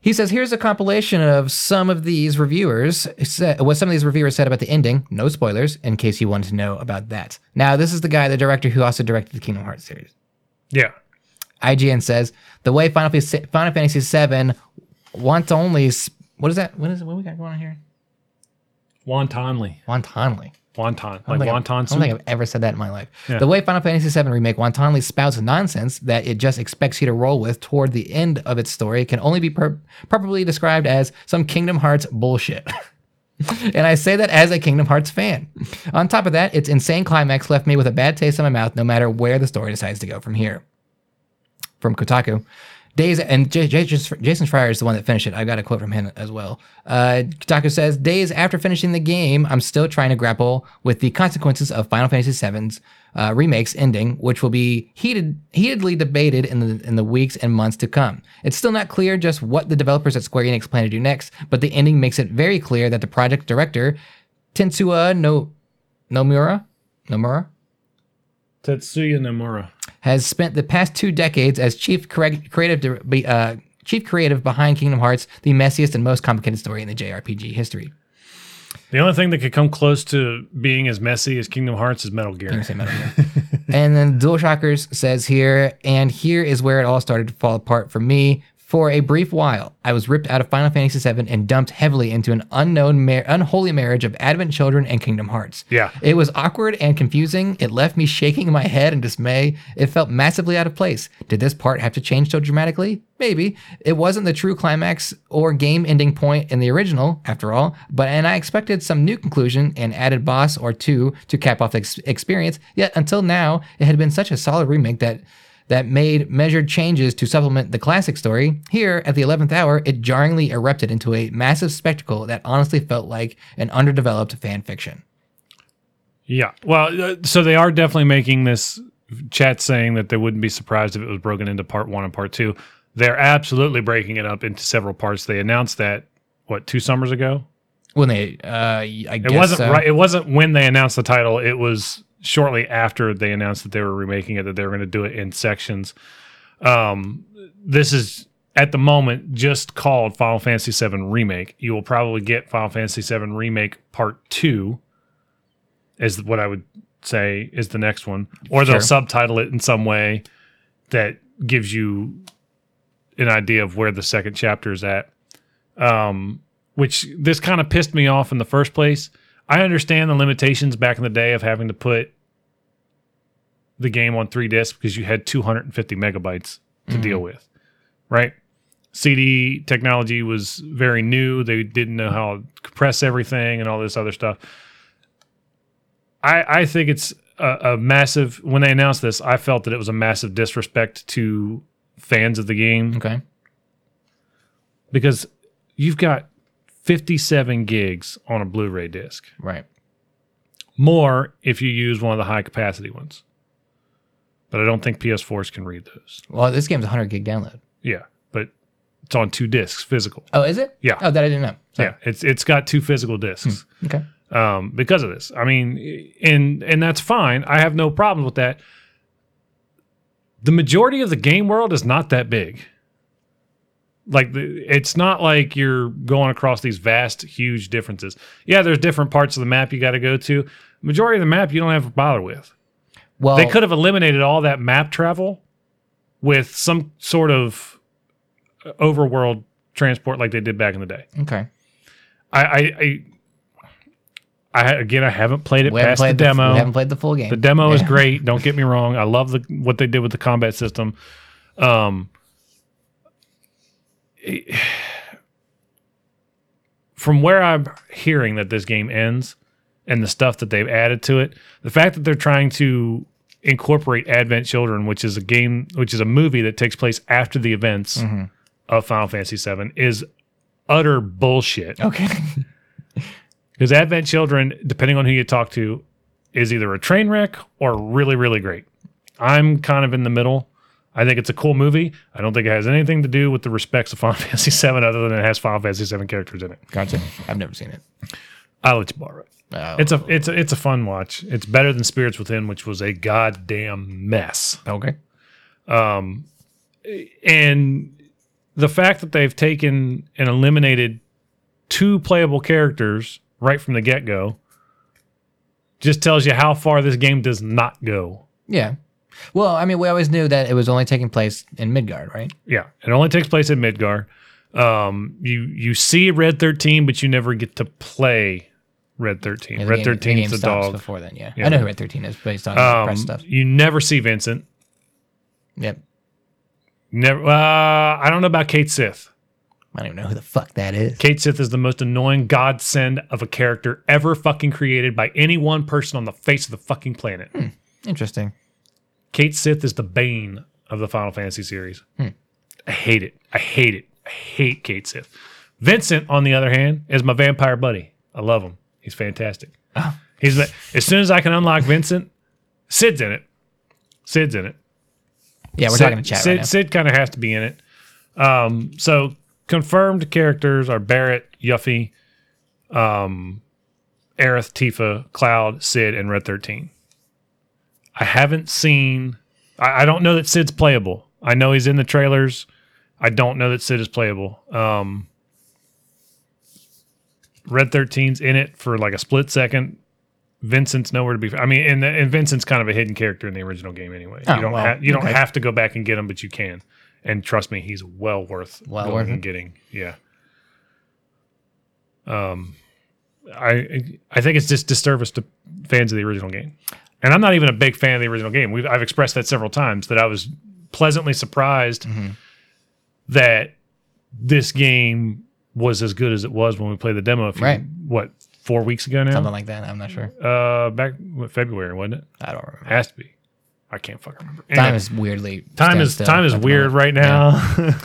He says, "Here's a compilation of some of these reviewers sa- what some of these reviewers said about the ending. No spoilers, in case you wanted to know about that. Now, this is the guy, the director who also directed the Kingdom Hearts series. Yeah. IGN says the way Final Fantasy, Final Fantasy VII wants only sp- what is that? What is it? What we got going on here? Wontonly. Wantonly. Wonton. I Like don't think I've- wonton I don't think soup. I've ever said that in my life. Yeah. The way Final Fantasy VII Remake wantonly spouts nonsense that it just expects you to roll with toward the end of its story can only be per- properly described as some Kingdom Hearts bullshit. (laughs) and I say that as a Kingdom Hearts fan. On top of that, its insane climax left me with a bad taste in my mouth no matter where the story decides to go from here. From Kotaku. Days and J- J- J- Jason Schreier is the one that finished it. I got a quote from him as well. Uh, Kotaku says, "Days after finishing the game, I'm still trying to grapple with the consequences of Final Fantasy VII's uh, remakes ending, which will be heated, heatedly debated in the in the weeks and months to come. It's still not clear just what the developers at Square Enix plan to do next, but the ending makes it very clear that the project director Tetsuya No Nomura Nomura Tetsuya Nomura. has spent the past two decades as chief correct, creative dir- be- uh, chief creative behind Kingdom Hearts, the messiest and most complicated story in the JRPG history. The only thing that could come close to being as messy as Kingdom Hearts is Metal I'm Gear. gonna say Metal Gear. and then Dual Shockers says here, and here is where it all started to fall apart for me. For a brief while, I was ripped out of Final Fantasy VII and dumped heavily into an unknown, mar- unholy marriage of Advent Children and Kingdom Hearts. Yeah. It was awkward and confusing. It left me shaking my head in dismay. It felt massively out of place. Did this part have to change so dramatically? Maybe. It wasn't the true climax or game ending point in the original, after all, but and I expected some new conclusion and added boss or two to cap off the ex- experience. Yet until now, it had been such a solid remake that that made measured changes to supplement the classic story, here at the 11th hour, it jarringly erupted into a massive spectacle that honestly felt like an underdeveloped fan fiction. Yeah. Well, uh, so they are definitely making this chat saying that they wouldn't be surprised if it was broken into part one and part two. They're absolutely breaking it up into several parts. They announced that what two summers ago. when they uh y- i It guess wasn't so. right. It wasn't when they announced the title. It was shortly after they announced that they were remaking it that they were going to do it in sections. Um, this is at the moment just called Final Fantasy VII Remake. You will probably get Final Fantasy VII Remake Part Two, is what I would say is the next one, or they'll Sure. subtitle it in some way that gives you an idea of where the second chapter is at. Um, which this kind of pissed me off in the first place. I understand the limitations back in the day of having to put the game on three discs because you had 250 megabytes to deal with, right? CD technology was very new. They didn't know how to compress everything and all this other stuff. I, I think it's a, a massive, when they announced this, I felt that it was a massive disrespect to fans of the game okay because you've got 57 gigs on a Blu-ray disc. right More if you use one of the high capacity ones. But I don't think PS4s can read those. well this game's a 100 gig download Yeah, but it's on two discs physical. oh is it Yeah. oh that i didn't know Sorry. Yeah, it's it's got two physical discs okay um, because of this. I mean, and and that's fine. I have no problems with that. The majority of the game world is not that big. Like the, it's not like you're going across these vast, huge differences. Yeah, there's different parts of the map you got to go to. Majority of the map you don't have to bother with. well They could have eliminated all that map travel with some sort of overworld transport like they did back in the day. Okay. I, I, I, I again, I haven't played it We haven't past the played demo. we haven't played the full game. The demo is Yeah. great. Don't get me wrong. I love the what they did with the combat system. Um, it- from where I'm hearing that this game ends and the stuff that they've added to it, the fact that they're trying to incorporate Advent Children, which is a game, which is a movie that takes place after the events (laughs) Mhm. of Final Fantasy VII, is utter bullshit. Okay. Because Advent Children, depending on who you talk to, is either a train wreck or really, really great. I'm kind of in the middle. I think it's a cool movie. I don't think it has anything to do with the respects of Final (laughs) Fantasy VII other than it has Final Fantasy VII characters in it. gotcha. I've never seen it. I'll let you borrow it. Oh. It's a it's a it's a fun watch. It's better than Spirits Within, which was a goddamn mess. okay. Um, and the fact that they've taken and eliminated two playable characters right from the get go just tells you how far this game does not go. Yeah. Well, I mean, we always knew that it was only taking place in Midgard, right? Yeah, it only takes place in Midgar. Um, you you see Red Thirteen, but you never get to play Red Thirteen. Yeah, Red game- Thirteen's game a stops dog. Before then, yeah. Yeah. I know who Red Thirteen is based on the Um, press stuff. you never see Vincent. Yep. Never. Uh, I don't know about Kate Sith. I don't even know who the fuck that is. Kate Sith is the most annoying godsend of a character ever fucking created by any one person on the face of the fucking planet. Interesting. Kate Sith is the bane of the Final Fantasy series. I hate it. I hate it. I hate Kate Sith. Vincent, on the other hand, is my vampire buddy. I love him. He's fantastic. He's the- as soon as I can unlock Vincent, Sid's in it. Sid's in it. Yeah, we're Sid, talking to chat Sid, right now. Sid kind of has to be in it. Um, so confirmed characters are Barrett, Yuffie, um, Aerith, Tifa, Cloud, Sid, and Red Thirteen. I haven't seen. I, I don't know that Sid's playable. I know he's in the trailers. I don't know that Sid is playable. Um, Red 13's in it for like a split second. Vincent's nowhere to be. I mean, and, and Vincent's kind of a hidden character in the original game anyway. Oh, you don't well, ha- you don't okay. have to go back and get him, but you can. And trust me, he's well worth Well going worth and it. getting. Yeah. Um, I I think it's just disservice to fans of the original game, and I'm not even a big fan of the original game. We've, I've expressed that several times that I was pleasantly surprised Mm-hmm. that this game was as good as it was when we played the demo. A few, Right. What four weeks ago now? Something like that. I'm not sure. uh, back what, February wasn't it? I don't remember. Has to be. I can't fucking remember. Time Anyway, is weirdly time is standstill time is at the weird moment. right now.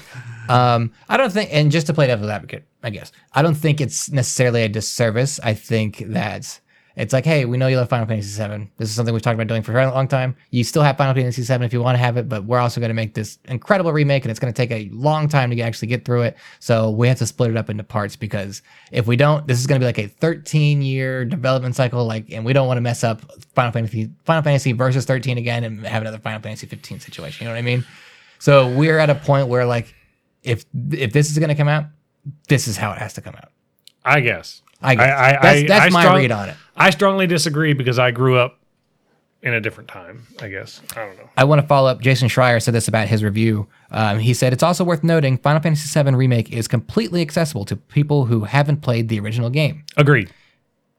Um, I don't think, and just to play devil's advocate, I guess I don't think it's necessarily a disservice. I think that it's like, hey, we know you love Final Fantasy VII. This is something we've talked about doing for a long time. You still have Final Fantasy VII if you want to have it, but we're also going to make this incredible remake, and it's going to take a long time to actually get through it. So we have to split it up into parts because if we don't, this is going to be like a 13 year development cycle. Like, and we don't want to mess up Final Fantasy Final Fantasy versus 13 again and have another Final Fantasy 15 situation. You know what I mean? So we're at a point where like if if this is going to come out, this is how it has to come out. (laughs) I guess. I guess. I, I, that's I- that's I my strong- read on it. I strongly disagree because I grew up in a different time. I guess I don't know. I want to follow up. Jason Schreier said this about his review. Um, he said, It's also worth noting Final Fantasy VII Remake is completely accessible to people who haven't played the original game. Agreed.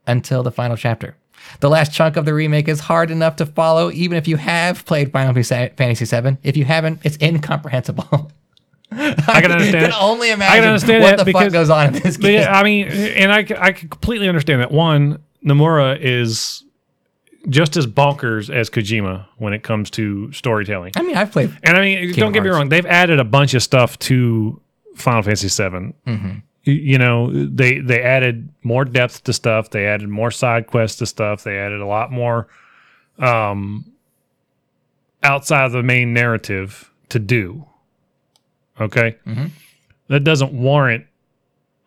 until the final chapter. The last chunk of the remake is hard enough to follow, even if you have played Final Fantasy VII. If you haven't, it's incomprehensible. (laughs) I can understand can it. only imagine understand what the that because- fuck goes on in this But game. yeah, I mean, and I I can completely understand that. One, Nomura is just as bonkers as Kojima when it comes to storytelling. I mean, I've played. And I mean, don't of get me Hearts. wrong; they've added a bunch of stuff to Final Fantasy VII. Mhm. Y- You know, they they added more depth to stuff. They added more side quests to stuff. They added a lot more um, outside of the main narrative to do. Okay, Mhm. that doesn't warrant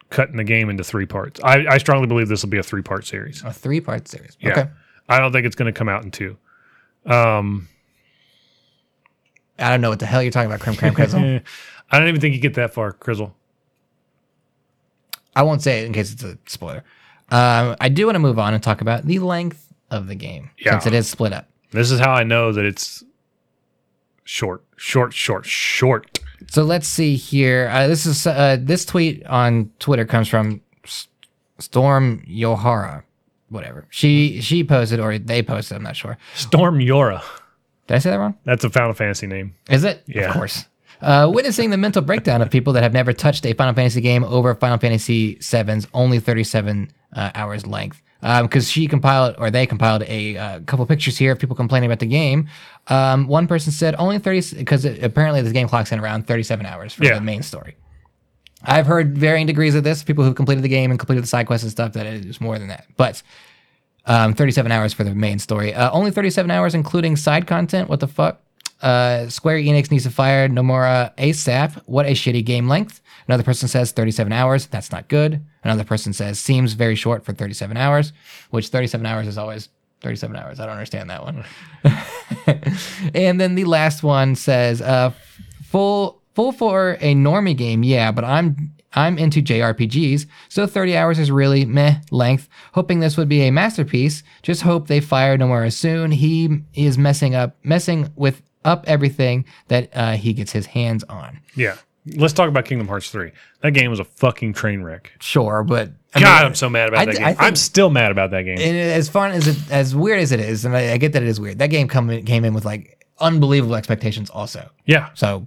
cutting the game into three parts. I, I strongly believe this will be a three part series. A three part series. Yeah. Okay. I don't think it's going to come out in two. Um, I don't know what the hell you're talking about, Crim Cram Crizzle. (laughs) I don't even think you get that far, Crizzle. I won't say it in case it's a spoiler. Um, I do want to move on and talk about the length of the game Yeah. since it is split up. This is how I know that it's short, short, short, short. So let's see here. Uh, this is uh, this tweet on Twitter comes from S- Storm Yohara, whatever. She she posted or they posted. I'm not sure. Storm Yora. Did I say that wrong? That's a Final Fantasy name. Is it? Yeah. Of course. Uh, witnessing the mental breakdown of people that have never touched a Final Fantasy game over Final Fantasy VII's only 37 uh, hours length. Because she compiled, or they compiled a uh, couple pictures here of people complaining about the game. Um, one person said only 30, because apparently this game clocks in around 37 hours for Yeah. the main story. I've heard varying degrees of this. People who've completed the game and completed the side quests and stuff that it is more than that. But um, 37 hours for the main story. Uh, only 37 hours, including side content. What the fuck? Uh, Square Enix needs to fire Nomura ASAP. What a shitty game length. Another person says 37 hours. That's not good. Another person says seems very short for 37 hours, which 37 hours is always 37 hours. I don't understand that one. (laughs) and then the last one says uh, full full for a normie game, yeah, but I'm I'm into JRPGs, so 30 hours is really meh length. Hoping this would be a masterpiece. Just hope they fire Nomura soon. He is messing up, messing with up everything that uh, he gets his hands on. Yeah. Let's talk about Kingdom Hearts 3. That game was a fucking train wreck. Sure, but I mean, God, I'm so mad about I that d- game. I think- I'm still mad about that game. and as fun as it, as weird as it is, and I, I get that it is weird. That game come, came in with like unbelievable expectations, also. yeah. So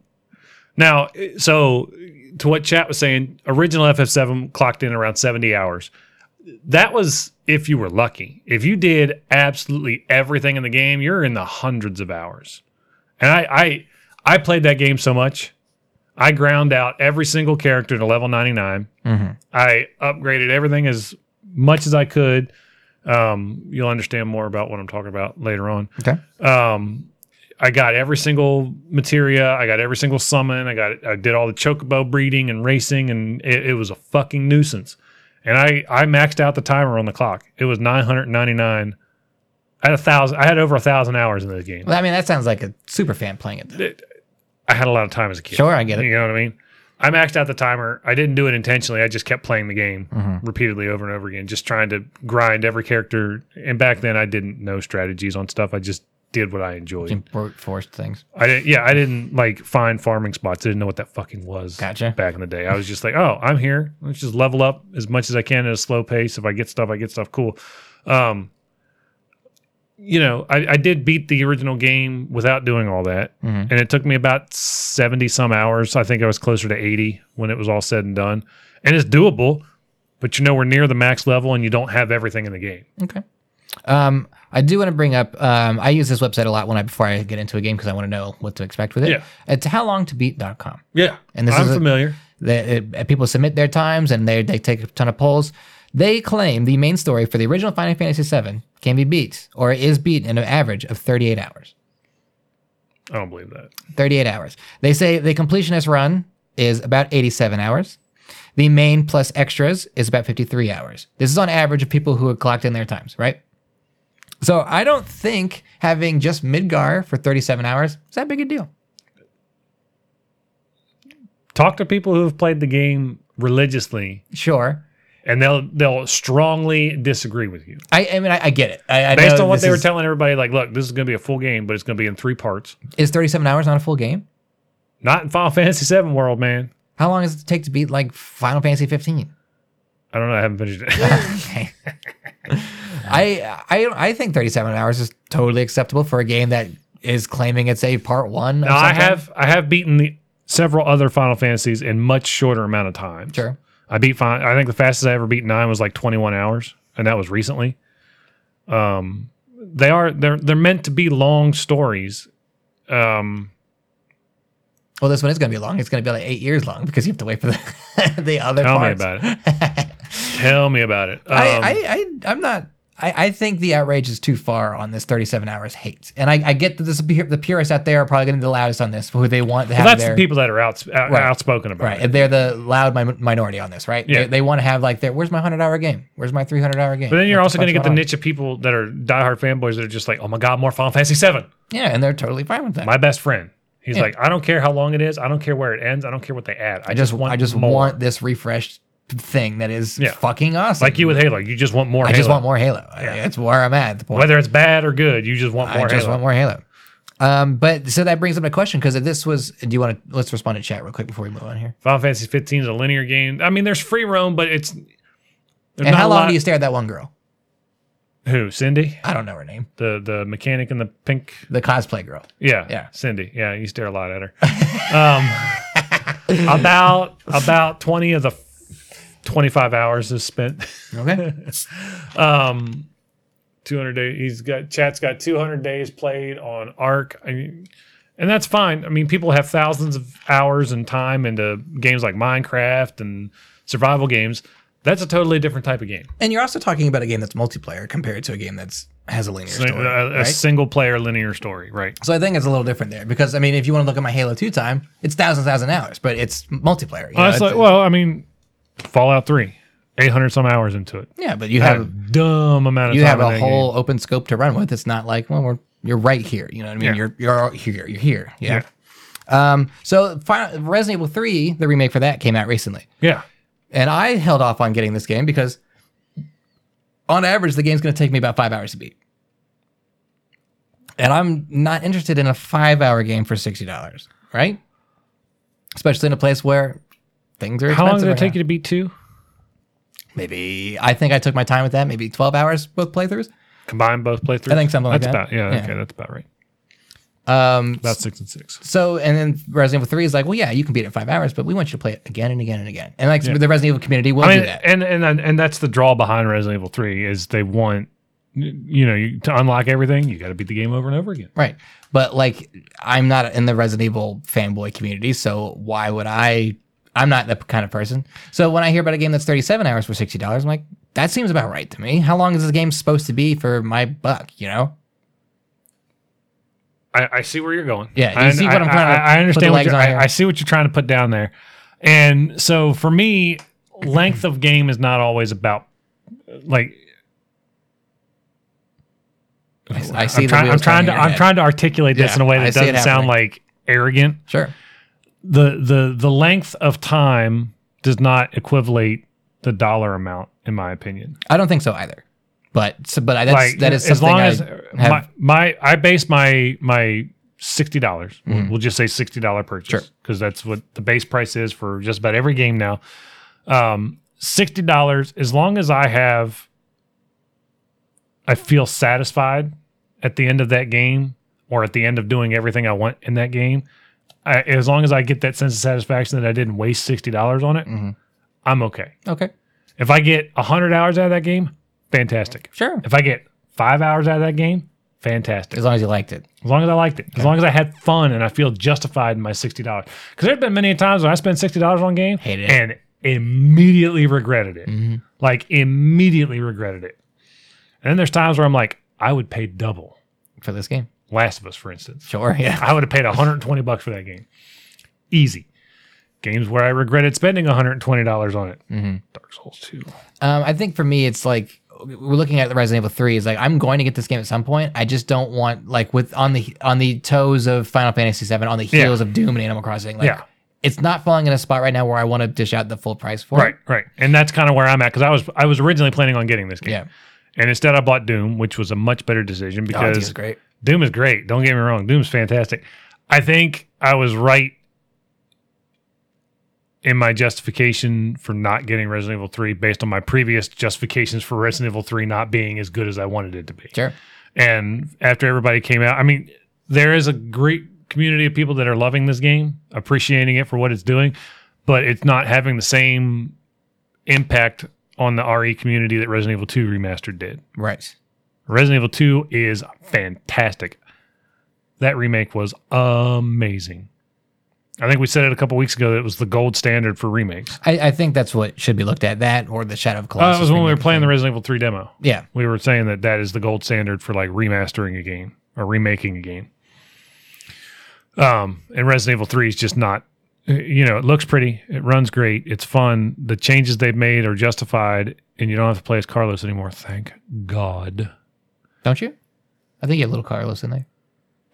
Now, so to what chat was saying, original FF7 clocked in around 70 hours. That was if you were lucky. If you did absolutely everything in the game, you're in the hundreds of hours. And I I I played that game so much. I ground out every single character to level 99. I upgraded everything as much as I could. Um, you'll understand more about what I'm talking about later on okay, um, I got every single materia. I got every single summon. I got I did all the chocobo breeding and racing, and it, it was a fucking nuisance. And I I maxed out the timer on the clock. It was 999. I had a thousand. I had over a thousand hours in this game. well, I mean that sounds like a super fan playing it. Though. I had a lot of time as a kid. Sure, I get it. You know what I mean? I maxed out the timer. I didn't do it intentionally. I just kept playing the game Mm-hmm. repeatedly over and over again, just trying to grind every character. And back then, I didn't know strategies on stuff. I just did what I enjoyed. Brute forced things. I didn't. Yeah, I didn't like find farming spots. I didn't know what that fucking was. Gotcha. Back in the day, I was just like, oh, I'm here. Let's just level up as much as I can at a slow pace. If I get stuff, I get stuff. Cool. Um, you know, I, I did beat the original game without doing all that, Mhm. and it took me about seventy some hours. I think I was closer to eighty when it was all said and done, and it's doable. But you're nowhere near the max level, and you don't have everything in the game. Okay. Um, I do want to bring up. Um, I use this website a lot when I before I get into a game because I want to know what to expect with it. Yeah. It's howlongtobeat.com. Yeah, And this I'm is a- familiar. They, it, people submit their times and they they take a ton of polls. They claim the main story for the original Final Fantasy VII can be beat or is beaten in an average of 38 hours. I don't believe that. 38 hours. They say the completionist run is about 87 hours. The main plus extras is about 53 hours. This is on average of people who have clocked in their times, right? So I don't think having just Midgar for 37 hours is that big a deal. Talk to people who have played the game religiously Sure. and they'll they'll strongly disagree with you I, I mean, I, I get it. I, I based know on what this they were is- telling everybody. Like, look, this is going to be a full game, but it's going to be in three parts. Is 37 hours not a full game? Not in Final Fantasy VII world, man. How long does it take to beat like Final Fantasy 15? I don't know. I haven't finished (laughs) it. (laughs) Okay. I, I I think 37 hours is totally acceptable for a game that is claiming it's a part one. now, I have I have beaten the several other Final Fantasies in much shorter amount of time. Sure. I beat fine. I think the fastest I ever beat nine was like 21 hours, and that was recently. Um, they are they're they're meant to be long stories. Um, Well, this one is going to be long. It's going to be like eight years long because you have to wait for the, (laughs) the other tell parts. me about it. tell me about it. (laughs) Um, I, I, I, I'm not. I, I think the outrage is too far on this 37 hours hate, and I, I get that this, the purists out there are probably going to be the loudest on this, who they want to have well, that's their the people that are outs- out, Right. outspoken about right. it. and They're the loud mi- minority on this, right? Yeah. They, they want to have like their where's my hundred hour game? Where's my 300 hour game? But then you're What also going to fuck's get the on? niche of people that are diehard fanboys that are just like, oh my God, more Final Fantasy VII. Yeah, and they're totally fine with that. My best friend. He's Yeah. like, I don't care how long it is. I don't care where it ends. I don't care what they add. I, I just want I just more. want this refreshed thing that is Yeah. fucking awesome. like you with Halo. You just want more. I Halo. just want more Halo. That's where I'm at. at the point. Whether it's bad or good, you just want more. I just Halo. want more Halo. Um, but so that brings up a question because if this was, do you want to let's respond to chat real quick before we move on here? Final Fantasy 15 is a linear game. I mean, there's free roam, but it's. there's and not how a long lot- do you stare at that one girl? Who? Cindy? I don't know her name. The the mechanic in the pink. The cosplay girl. Yeah. Yeah. Cindy. Yeah, you stare a lot at her. (laughs) um, about about 20 of the f- 25 hours is spent. (laughs) Okay. Um, 200 days. He's got chat's got 200 days played on Arc. I mean, and that's fine. I mean, people have thousands of hours and time into games like Minecraft and survival games. That's a totally different type of game. and you're also talking about a game that's multiplayer compared to a game that's has a linear A- story. a, a right? single player linear story, right? So I think it's a little different there because I mean, if you want to look at my Halo Two time, it's thousands, thousand hours, but it's multiplayer. you know, Well, that's it's- like, well, I mean, Fallout 3, 800 some hours into it. yeah, but you Had a have dumb amount of you time have in a that whole open scope to run with. It's not like well, we're you're right here. You know what I mean? Yeah. You're you're here. You're here. Yeah. Um. So Final, Resident Evil Three, the remake for that, came out recently, game. Yeah. and I held off on getting this game because, on average, the game's going to take me about five hours to beat. And I'm not interested in a five-hour game for sixty dollars, right? Especially in a place where things are How expensive. long did it right now. take you to beat two? Maybe I think I took my time with that. Maybe twelve hours both playthroughs. Combine both playthroughs? I think something like that's that. About, yeah, Yeah. okay, that's about right. Um, About six and six. So, and then Resident Evil 3 is like, well, yeah, you can beat it in five hours, but we want you to play it again and again and again. And like the Resident Evil community will I do mean, that. and, and and and that's the draw behind Resident Evil Three is they want you know you, to unlock everything you got to beat the game over and over again. Right. But like, I'm not in the Resident Evil fanboy community, so why would I? I'm not that kind of person. So when I hear about a game that's 37 hours for $60, I'm like, that seems about right to me. How long is this game supposed to be for my buck, you know? I, I see where you're going. Yeah, you I, see what I'm I- trying to I, I put the understand. What legs you're, on here. I, I see what you're trying to put down there, and so for me, length of game is not always about like I, I see I'm, the trying- wheels I'm trying turning to in your I'm head. trying to articulate this Yeah, in a way I that see it doesn't sound happening. like arrogant. Sure. the the the length of time does not equivalate the dollar amount in my opinion I don't think so either. But so, but I, that's, like that is as something long I as uh, have- my, my i base my my $60 dollars Mm-hmm. we'll just say $60 purchase because that's what the base price is for just about every game now um, $60 as long as i have i feel satisfied at the end of that game or at the end of doing everything i want in that game I, as long as i get that sense of satisfaction that i didn't waste $60 on it Mhm. i'm okay Okay. if i get 100 hours out of that game fantastic Sure. if I get five hours out of that game, fantastic. As long as you liked it. As long as I liked it, as long as I had fun and I feel justified in my sixty dollars. Because there's been many times when I spent sixty dollars on a game Hated it. and immediately regretted it, Mhm. like immediately regretted it. And then there's times where I'm like, I would pay double. for this game. Last of Us, for instance, (laughs) Sure. Yeah. I would have paid 120 bucks for that game, easy. Games where I regretted spending 120 dollars on it. Dark Souls 2. Mm-hmm. Um, I think for me, it's like we're looking at the Resident Evil Three. Is like I'm going to get this game at some point. I just don't want like with on the on the toes of Final Fantasy VII, on the Yeah. heels of Doom and Animal Crossing. Like, Yeah. it's not falling in a spot right now where I want to dish out the full price for Right, it. right, and that's kind of where I'm at because I was I was originally planning on getting this game. Yeah. And instead, I bought Doom, which was a much better decision Oh, it's because great. Doom is great. Don't get me wrong. Doom's fantastic. I think I was right in my justification for not getting Resident Evil 3 based on my previous justifications for Resident Evil 3 not being as good as I wanted it to be. Sure. And after everybody came out, I mean, there is a great community of people that are loving this game, appreciating it for what it's doing, but it's not having the same impact on the RE community that Resident Evil 2 remastered did. Right. Resident Evil 2 is fantastic. That remake was amazing. I think we said it a couple weeks ago that it was the gold standard for remakes. I, I think that's what should be looked at. That or the Shadow of Uh, Colossus. that was when we were remake. playing the Resident Evil 3 demo. Yeah. We were saying that that is the gold standard for like remastering a game or remaking a game. Um, and Resident Evil 3 is just not, you know, it looks pretty, it runs great, it's fun. The changes they've made are justified, and you don't have to play as Carlos anymore. Thank God. Don't you? I think you have little Carlos in there.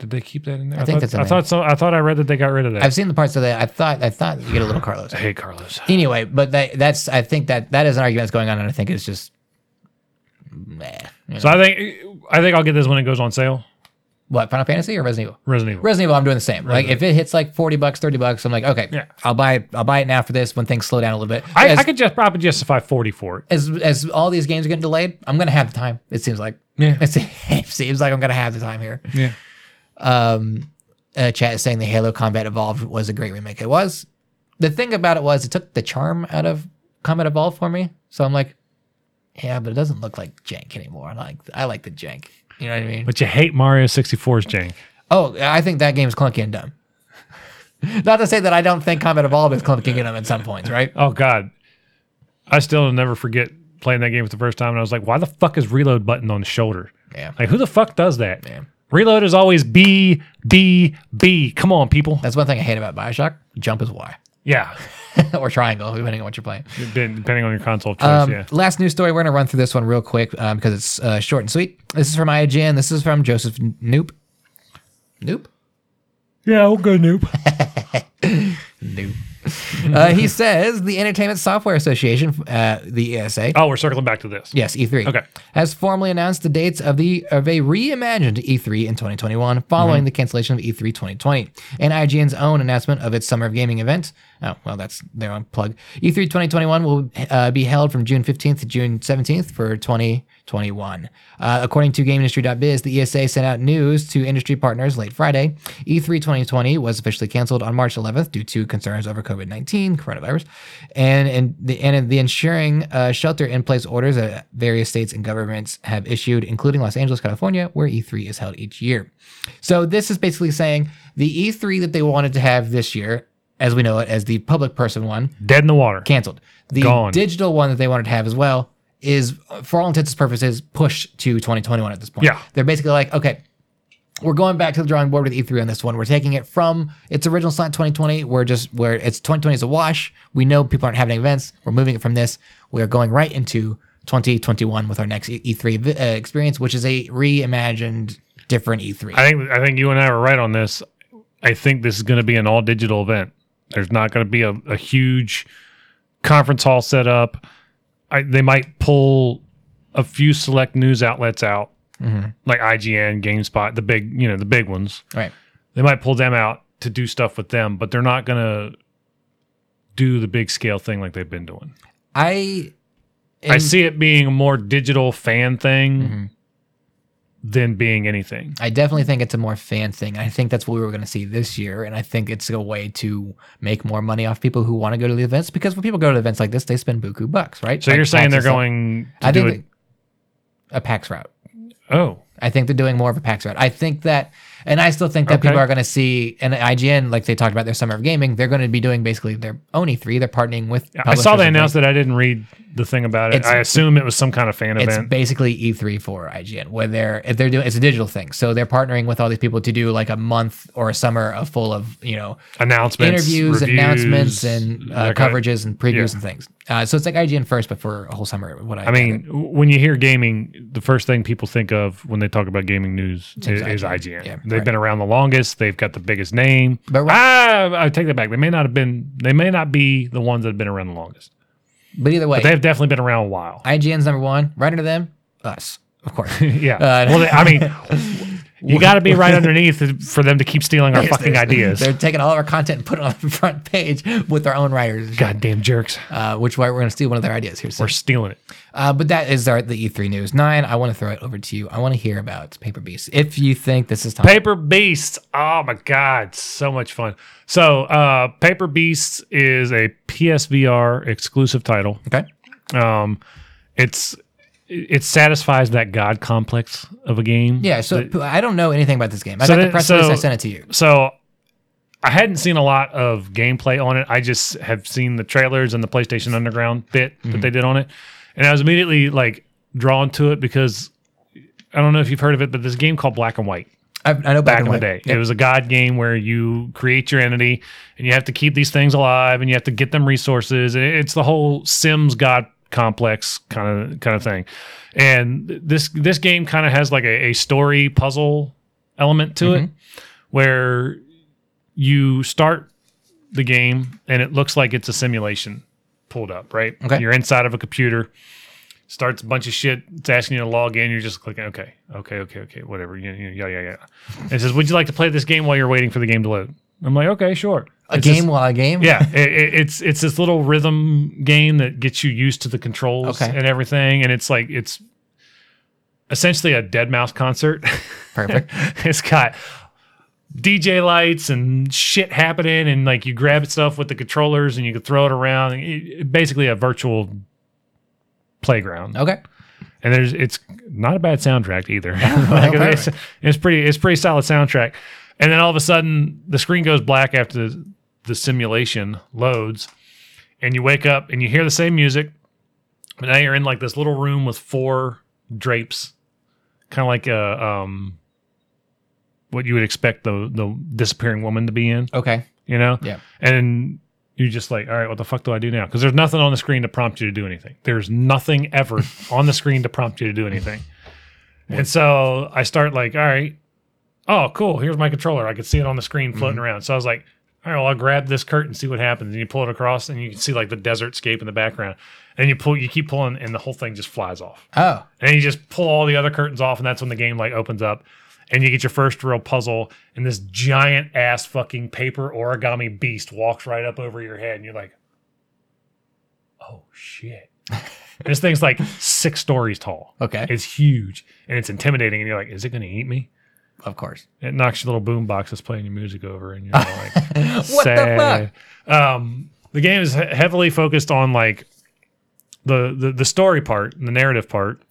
Did they keep that in there? I think thought, that's in I there. thought so. I thought I read that they got rid of that. I've seen the parts of that. I thought I thought you get a little Carlos. I hate Carlos. Anyway, but that that's I think that that is an argument that's going on, and I think it's just. Meh, you know. So I think I think I'll get this when it goes on sale. What Final Fantasy or Resident Evil? Resident Evil. Resident Evil, I'm doing the same. Like if it hits like forty bucks, thirty bucks, I'm like, okay, Yeah. I'll buy it. I'll buy it now for this when things slow down a little bit. I, as, I could just probably justify forty for it. as as all these games are getting delayed, I'm gonna have the time. It seems like Yeah. it seems- (laughs) it seems like I'm gonna have the time here. Yeah. um, uh, chat is saying the Halo Combat Evolved was a great remake. It was. The thing about it was it took the charm out of Combat Evolved for me. So I'm like, yeah, but it doesn't look like jank anymore. I like I like the jank. You know what I mean? But you hate Mario 64's jank. oh, I think that game's clunky and dumb. (laughs) Not to say that I don't think Combat Evolved is clunky and dumb at some points, (laughs) right? Oh God, I still never forget playing that game for the first time, and I was like, "Why the fuck is reload button on the shoulder? Yeah. Like, who the fuck does that? Yeah. Reload is always B B B. Come on, people. That's one thing I hate about Bioshock. Jump is Y. Yeah, (laughs) (laughs) or triangle, depending on what you're playing. Depend- depending on your console of choice. Um, yeah, Last news story. We're going to run through this one real quick um, because it's uh, short and sweet. This is from IGN. This is from Joseph Noop. Noop? yeah. We'll go noob. Noop. (laughs) uh, he says the Entertainment Software Association, uh, the ESA, oh, we're circling back to this. yes, E3, Okay. has formally announced the dates of the of a reimagined E3 in 2021 following the cancellation of E E3 2020 and IGN's own announcement of its Summer of Gaming event. Oh, well, that's their own plug. E E3 2021 will uh, be held from June 15th to June 17th for 2021. Uh, according to GameIndustry.biz, the ESA sent out news to industry partners late Friday. E E3 2020 was officially canceled on March 11th due to concerns over COVID 19 coronavirus and and the and the ensuring uh, shelter in place orders that various states and governments have issued, including Los Angeles, California, where E3 is held each year. So this is basically saying the E3 that they wanted to have this year, as we know it as the public person one, Dead in the water. canceled. The Gone. digital one that they wanted to have as well is, for all intents and purposes, pushed to 2021 at this point. Yeah. They're basically like, okay, we're going back to the drawing board with E3 on this one. We're taking it from its original slot in 2020. We're just where it's 2020 is a wash. We know people aren't having events. We're moving it from this. We're going right into 2021 with our next E- E3 vi- uh, experience, which is a reimagined, different E E3. I think I think you and I were right on this. I think this is going to be an all digital event. There's not going to be a, a huge conference hall set up. I, they might pull a few select news outlets out, Mm-hmm. like IGN, GameSpot, the big you know the big ones. right. They might pull them out to do stuff with them, but they're not going to do the big scale thing like they've been doing. I. I and- Mm-hmm. see it being a more digital fan thing than being anything. I definitely think it's a more fan thing. I think that's what we were going to see this year, and I think it's a way to make more money off people who want to go to the events because when people go to events like this, they spend buku bucks, right? So Like you're saying packs they're and stuff. going to I do think it? they- a PAX route. Oh, I think they're doing more of a PAX route. I think that, and I still think that people Okay. are going to see, and IGN, like they talked about their summer of gaming, they're going to be doing basically their own E3. They're partnering with. I saw publishers they and things. announced that I didn't read the thing about it. It's- I assume it was some kind of fan It's event. basically E3 for IGN, where they're if they're doing it's a digital thing, so they're partnering with all these people to do like a month or a summer of full of you know announcements, interviews, reviews, announcements, and uh, that kinda- coverages and previews yeah. and things. Uh, so it's like IGN first, but for a whole summer. What I, I mean, w- when you hear gaming, the first thing people think of when they talk about gaming news i- IGN. is, IGN. Yeah, They've right. been around the longest. They've got the biggest name. But right- ah, I take that back. They may not have been. They may not be the ones that have been around the longest. but either way, They have definitely been around a while. IGN's number one. Right under them, us, of course. yeah. Uh, well, they- I mean, (laughs) you got to be right underneath for them to keep stealing our Yes, (laughs) fucking they're- ideas. They're taking all of our content and putting it on the (laughs) front page with our own writers, Goddamn jerks. uh, which why we're going to steal one of their ideas here. soon. We're stealing it. Uh, but that is our the E3 news. Nine. I want to throw it over to you. I want to hear about Paper Beast. If you think this is time, Paper Beasts. Oh my God, so much fun. So, uh, Paper Beasts is a PSVR exclusive title. okay. Um, it's it satisfies that god complex of a game. Yeah. So p- I don't know anything about this game. I So got the that- press release. I so- sent it to you. So, I hadn't seen a lot of gameplay on it. I just have seen the trailers and the PlayStation Underground bit Mm-hmm. that they did on it, and I was immediately like drawn to it because I don't know if you've heard of it, but this game called Black and White. I, I know back in the day. Yep. It was a god game where you create your entity and you have to keep these things alive and you have to get them resources. It- It's the whole Sims god complex kind of kind of thing. And th- this this game kind of has like a, a story puzzle element to it where you start the game and it looks like it's a simulation pulled up, right? Okay. You're inside of a computer. starts a bunch of shit. It's asking you to log in. You're just clicking, okay, okay, okay, okay, whatever. You, you, yeah, yeah, yeah. And it says, would you like to play this game while you're waiting for the game to load? I'm like, okay, sure. A It's game this- while a game? yeah, it, it- it's it's this little rhythm game that gets you used to the controls Okay. and everything, and it's like it's essentially a dead mouse concert. (laughs) Perfect. it's got DJ lights and shit happening, and like you grab stuff with the controllers and you can throw it around. It- it- basically, a virtual playground. Okay. And there's it's not a bad soundtrack either. (laughs) Like, it's, it's pretty it's pretty solid soundtrack. And then all of a sudden the screen goes black after the, the simulation loads, and you wake up and you hear the same music. But now you're in like this little room with four drapes, kind of like a um, what you would expect the the disappearing woman to be in Okay. you know? Yeah. And you're just like, all right, what the fuck do I do now? Because there's nothing on the screen to prompt you to do anything. There's nothing ever on the screen to prompt you to do anything. and so I start like, all right, oh, cool. Here's my controller. I could see it on the screen floating around. So I was like, all right, well, I'll grab this curtain, see what happens. And you pull it across, and you can see like the desert scape in the background. And you pull, you keep pulling, and the whole thing just flies off Oh. and you just pull all the other curtains off, and that's when the game like opens up, and you get your first real puzzle. And this giant ass fucking paper origami beast walks right up over your head, and you're like, "Oh shit!" And this thing's like six stories tall. Okay. It's huge and it's intimidating, and you're like, "Is it going to eat me?" of course. It knocks your little boom box that's playing your music over, and you're like, (laughs) What sad. Um, the game is he- heavily focused on like the, the the story part, and the narrative part,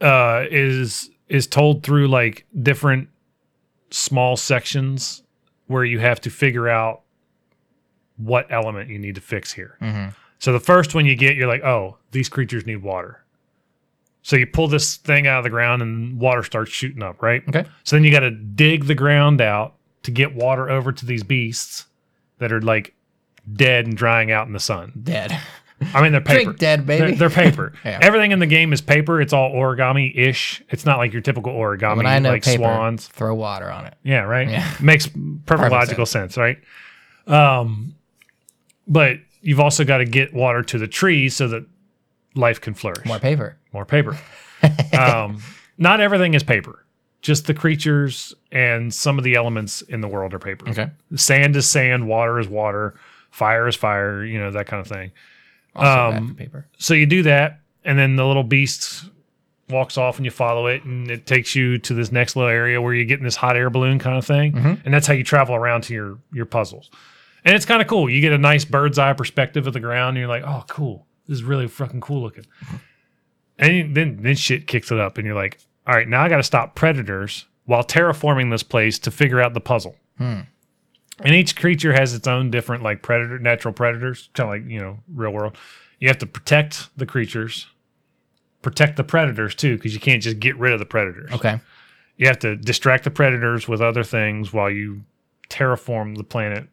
uh, is is told through like different small sections where you have to figure out what element you need to fix here. the fuck? Mhm. So the first one you get, you're like, oh, these creatures need water. So you pull this thing out of the ground and water starts shooting up, right? Okay. So then you got to dig the ground out to get water over to these beasts that are like dead and drying out in the sun. Dead. I mean, they're (laughs) paper. Drink dead, baby. They're, they're paper. (laughs) Yeah. Everything in the game is paper. It's all origami ish. It's not like your typical origami, when I know like paper, swans. throw water on it. Yeah, right. Yeah. Makes perfect, logical sense. right? Um, but you've also got to get water to the trees so that life can flourish. More paper. More paper. um, not everything is paper. Just the creatures and some of the elements in the world are paper. Sand is sand. Water is water. Fire is fire. You know that kind of thing Also bad Um, for paper. so you do that, and then the little beast walks off, and you follow it, and it takes you to this next little area where you get in this hot air balloon kind of thing, Mhm. and that's how you travel around to your your puzzles. And it's kind of cool. You get a nice bird's eye perspective of the ground, and you're like, "Oh, cool! This is really fucking cool looking." And you- then then shit kicks it up, and you're like, "All right, now I got to stop predators while terraforming this place to figure out the puzzle." Hmm. And each creature has its own different like predator, natural predators, kind of like you know, real world. You have to protect the creatures, protect the predators too, because you can't just get rid of the predators. Okay. You have to distract the predators with other things while you terraform the planet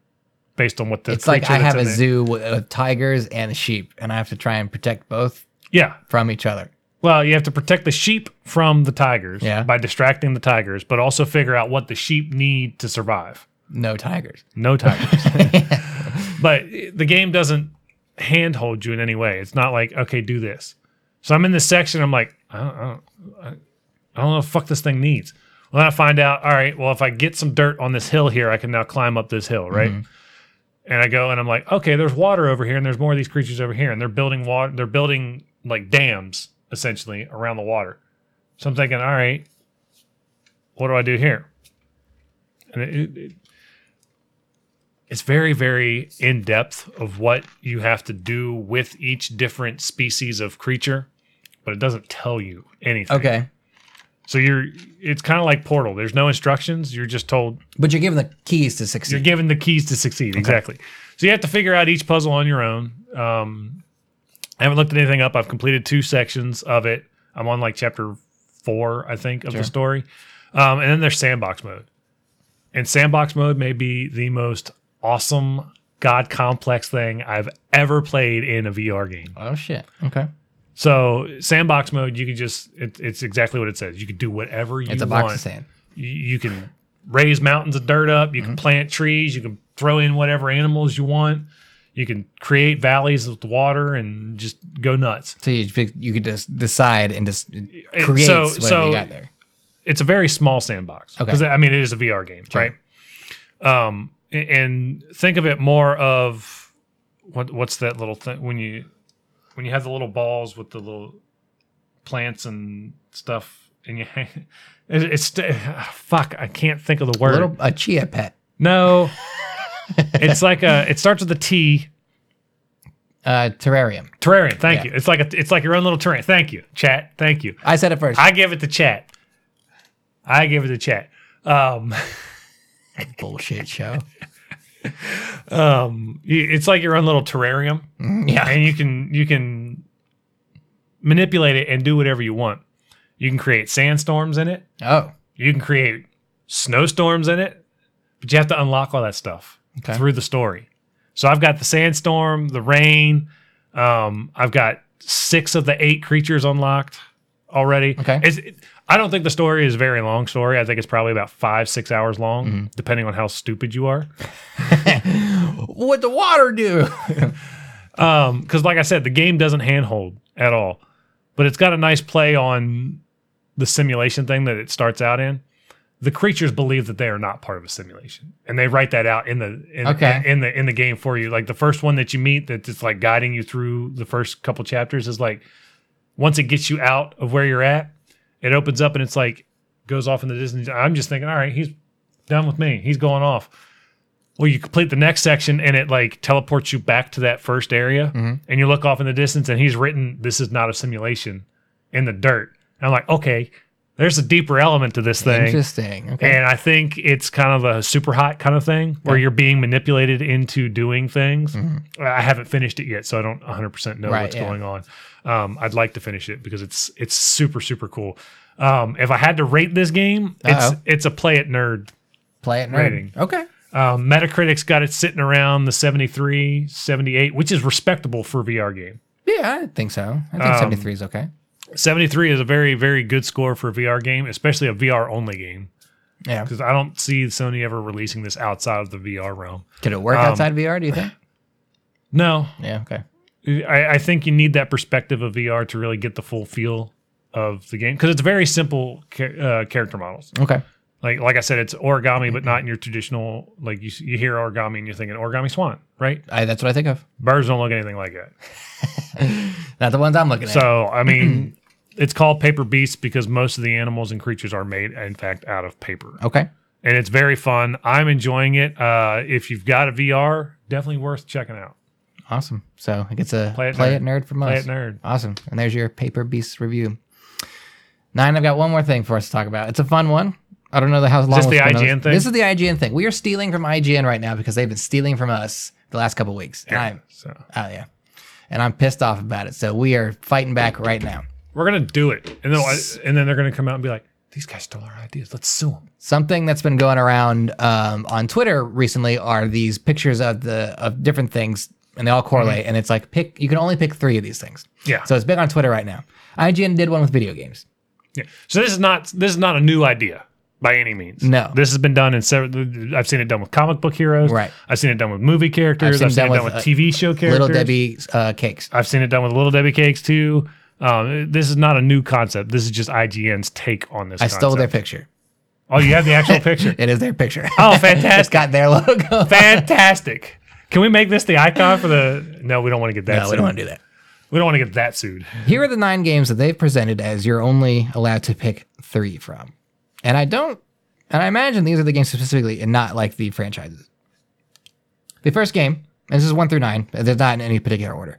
based on what the it's like creature I have that's a in there- zoo with, with tigers and sheep, and I have to try and protect both Yeah, from each other. Well, you have to protect the sheep from the tigers Yeah. by distracting the tigers, but also figure out what the sheep need to survive. No tigers. (laughs) No tigers. but the game doesn't handhold you in any way. It's not like, okay, do this. So I'm in this section. I'm like, I don't, I don't, I don't know what the fuck this thing needs. Well, then I find out, all right, well, if I get some dirt on this hill here, I can now climb up this hill, right? And I go and I'm like, okay, there's water over here and there's more of these creatures over here. And they're building water, they're building like dams essentially around the water. So I'm thinking, all right, what do I do here? And it, it, it- it's very, very in depth of what you have to do with each different species of creature, but it doesn't tell you anything. Okay. So you're, it's kind of like Portal. There's no instructions. You're just told But you're given the keys to you're succeed. given the keys to succeed. Exactly. So you have to figure out each puzzle on your own. Um, I haven't looked at anything up. I've completed two sections of it. I'm on like chapter four, I think, of the story. Um, and then there's sandbox mode. And sandbox mode may be the most awesome, god complex thing I've ever played in a VR game. oh shit. Okay. So sandbox mode, you can just it, it's exactly what it says. You can do whatever you It's a want box of sand. you, you can Mm-hmm. raise mountains of dirt up. You can plant trees. You can throw in whatever animals you want. You can create valleys with water and just go nuts. So you, pick- you could just decide and just create so- whatever so- you got there. It's a very small sandbox. Okay. Because I mean, it is a VR game, Sure. right? Um, a- and think of it more of what what's that little thing when you when you have the little balls with the little plants and stuff, and (laughs) you hang. It, it's (sighs) fuck. I can't think of the word. Little a chia pet. No. it's like a. It starts with a T. Uh, terrarium. Terrarium. Thank Yeah. you. It's like a. It's like your own little terrarium. Thank you, chat. Thank you. I said it first. I give it the chat. I give it the chat. Um, Bullshit show. (laughs) um, y- it's like your own little terrarium, yeah. and you can you can manipulate it and do whatever you want. You can create sandstorms in it. Oh. You can create snowstorms in it, but you have to unlock all that stuff Okay. through the story. So I've got the sandstorm, the rain. Um, I've got six of the eight creatures unlocked already. Okay. It's, it- I don't think the story is a very long story. I think it's probably about five, six hours long, Mm-hmm. depending on how stupid you are. What the water (laughs) do? Um, because like I said, the game doesn't handhold at all, but it's got a nice play on the simulation thing that it starts out in. The creatures believe that they are not part of a simulation, and they write that out in the in, uh, Okay. in the in the game for you. Like the first one that you meet, that's just like guiding you through the first couple chapters is like once it gets you out of where you're at, it opens up and it's like goes off in the distance. I'm just thinking, all right, he's done with me. He's going off. Well, you complete the next section and it like teleports you back to that first area, Mm-hmm. and you look off in the distance and he's written, "This is not a simulation," in the dirt. And I'm like, okay, there's a deeper element to this thing. Interesting. Okay. And I think it's kind of a super hot kind of thing where you're being manipulated into doing things. I haven't finished it yet, so I don't 100% know Mm-hmm. Right, what's yeah. going on. Um, I'd like to finish it because it's it's super super cool. Um, if I had to rate this game, it's Uh-oh. it's a play it nerd. Play it nerd. rating. Okay. Um, Metacritic's got it sitting around the 73, 78, which is respectable for a VR game. Yeah, I think so. I Um, think 73 is okay. 73 is a very very good score for a VR game, especially a VR only game Yeah. because I don't see Sony ever releasing this outside of the VR realm. Could it work um, outside VR, do you think? No, Yeah, okay. I, I think you need that perspective of VR to really get the full feel of the game because it's very simple cha- uh, character models. Okay. Like like I said, it's origami, but not in your traditional like you s- you hear origami and you're thinking origami swan, right? I, that's what I think of. Birds don't look anything like that. Not the ones I'm looking at. So I mean, it's called paper beasts because most of the animals and creatures are made, in fact, out of paper, Okay. and it's very fun. I'm enjoying it. Uh, if you've got a VR, definitely worth checking out. Awesome. So it gets a Play play it it, nerd. nerd. from us. Play it, nerd. Awesome. And there's your Paper Beast review. Nine, I've got one more thing for us to talk about. It's a fun one. I don't know how long. this we'll the spend on IGN this. thing? This is the IGN thing. We are stealing from IGN right now because they've been stealing from us the last couple weeks. And I'm, So oh yeah, and I'm pissed off about it. So we are fighting back right now. we're gonna do it, and then and then they're gonna come out and be like, "These guys stole our ideas. Let's sue them." Something that's been going around um, on Twitter recently are these pictures of the of different things, and they all correlate. And it's like pick you can only pick three of these things. Mm-hmm. Yeah. So it's big on Twitter right now. IGN did one with video games. Yeah. So this is not this is not a new idea by any means. No. This has been done in several. I've seen it done with comic book heroes. Right. I've seen it done with movie characters. I've seen, it done with, uh, TV show characters. Little Debbie uh, cakes. I've seen it done with Little Debbie cakes too. Um, this is not a new concept. This is just IGN's take on this. I stole their concept. picture. Oh, you have the actual (laughs) picture. It is their picture. Oh, (laughs) it's fantastic! got their (laughs) logo. fantastic. Can we make this the icon for the? No, we don't want to get that. no, sued. we don't want to do that. We don't want to get that sued. Here are the nine games that they've presented as you're only allowed to pick three from. And I don't, and I imagine these are the games specifically and not like the franchises. The first game, and this is one through nine, and they're not in any particular order.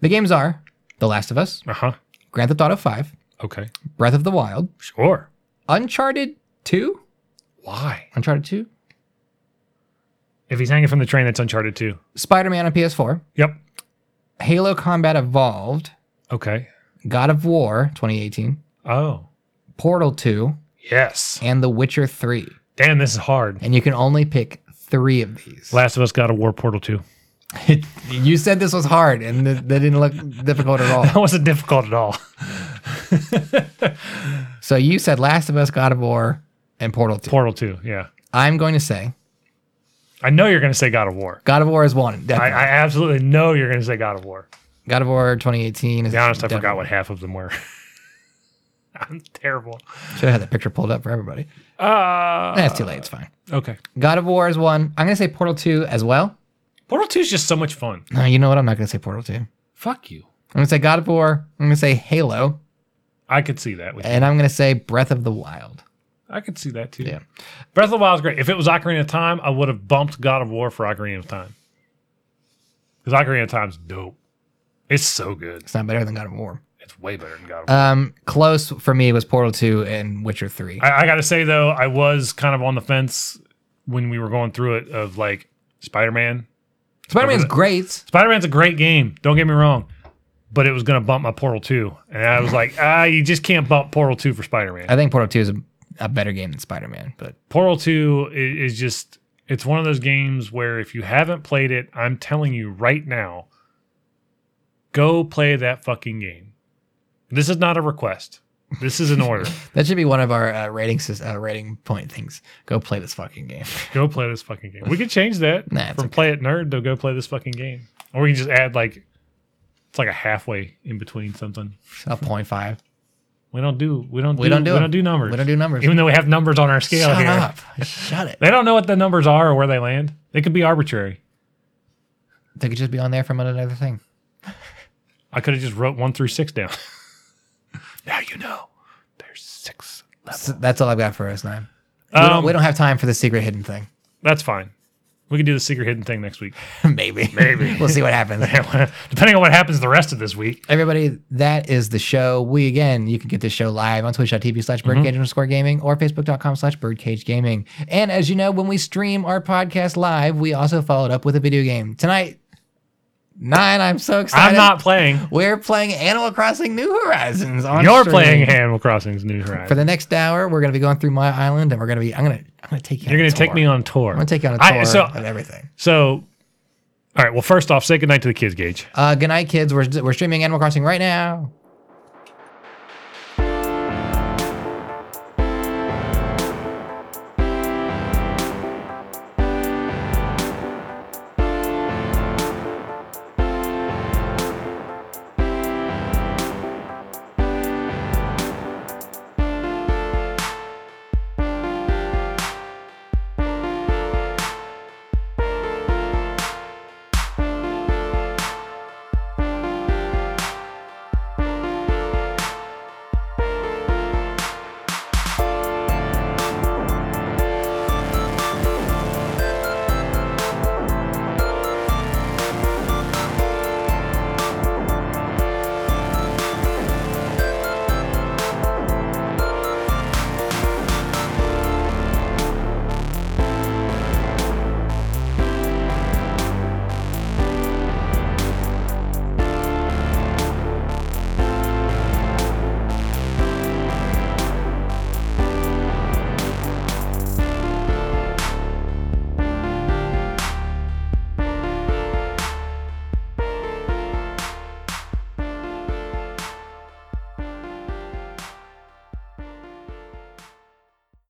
The games are The Last of Us, Uh huh. Grand Theft Auto 5, Okay. Breath of the Wild, Sure. Uncharted 2, Why? Uncharted 2, If he's hanging from the train, that's Uncharted too. Spider Man on PS4, Yep. Halo Combat Evolved, Okay. God of War 2018, Oh. Portal 2, Yes. and The Witcher 3. Damn, this is hard. And you can only pick three of these. Last of Us got a War Portal 2. you said this was hard, and th- that didn't look difficult at all. (laughs) That wasn't difficult at all. So you said Last of Us, God of War, and Portal 2. Portal 2, yeah. I'm going to say I know you're going to say God of War. God of War is one. I, Definitely. I absolutely know you're going to say God of War. God of War 2018 is. To be honest, I definitely- forgot what half of them were. (laughs) I'm terrible. Should have had the picture pulled up for everybody. Uh, That's too late. It's fine. Okay. God of War is one. I'm gonna say Portal 2 as well. Portal 2 is just so much fun. No, you know what? I'm not gonna say Portal 2. I'm Fuck you. gonna say God of War. I'm gonna say Halo, I could see that. With and I'm gonna say Breath of the Wild. I could see that too. Yeah. Breath of the Wild is great. If it was Ocarina of Time, I would have bumped God of War for Ocarina of Time. Because Ocarina of Time's dope. It's so good. It's not better than God of War. It's way better than God of War. Um, close for me was Portal 2 and Witcher 3. I, I got to say though, I was kind of on the fence when we were going through it of like Spider Man. Spider Man's great. Spider Man's a great game. Don't get me wrong, but it was going to bump my Portal Two, and I was like, ah, you just can't bump Portal Two for Spider Man. I think Portal 2 is a, a better game than Spider Man, but Portal Two i- is, just it's one of those games where if you haven't played it, I'm telling you right now, go play that fucking game. This is not a request. This is (laughs) an order. that should be one of our uh, rating sys- uh, rating point things. Go play this fucking game. go play this fucking game. We could change that Nah, it's from play it nerd to go play this fucking game, or we can just add like it's like a halfway in between something. (laughs) a point five. We don't do we don't We don't do we it. don't do numbers. We don't do numbers. even though we have numbers on our scale Shut here. up. Shut it. They don't know what the numbers are or where they land. They could be arbitrary. They could just be on there from another thing. I could have just wrote one through six (laughs) down. now you know. There's six. So that's all I've got for S9. we, Um, don't, we don't have time for the secret hidden thing. (laughs) That's fine. We can do the secret hidden thing next week. (laughs) Maybe. Maybe. (laughs) we'll see what happens. Depending on what happens the rest of this week. Everybody, that is the show. We again, you can get this show live on twitch.tv Mm-hmm. slash birdcage underscore gaming or facebook.com slash birdcage gaming. And as you know, when we stream our podcast live, we also follow it up with a video game. Tonight, nine, I'm so excited. I'm not playing. We're playing Animal Crossing New Horizons on You're stream. playing Animal Crossing's New Horizons. For the next hour, we're gonna be going through my island and we're gonna be I'm gonna I'm gonna take you You're on a going to take tour. me on tour. I'm gonna take you on a tour I- so, of everything. so, all right. Well, first off, say goodnight to the kids, Gage. Uh, good night, kids. We're, we're streaming Animal Crossing right now.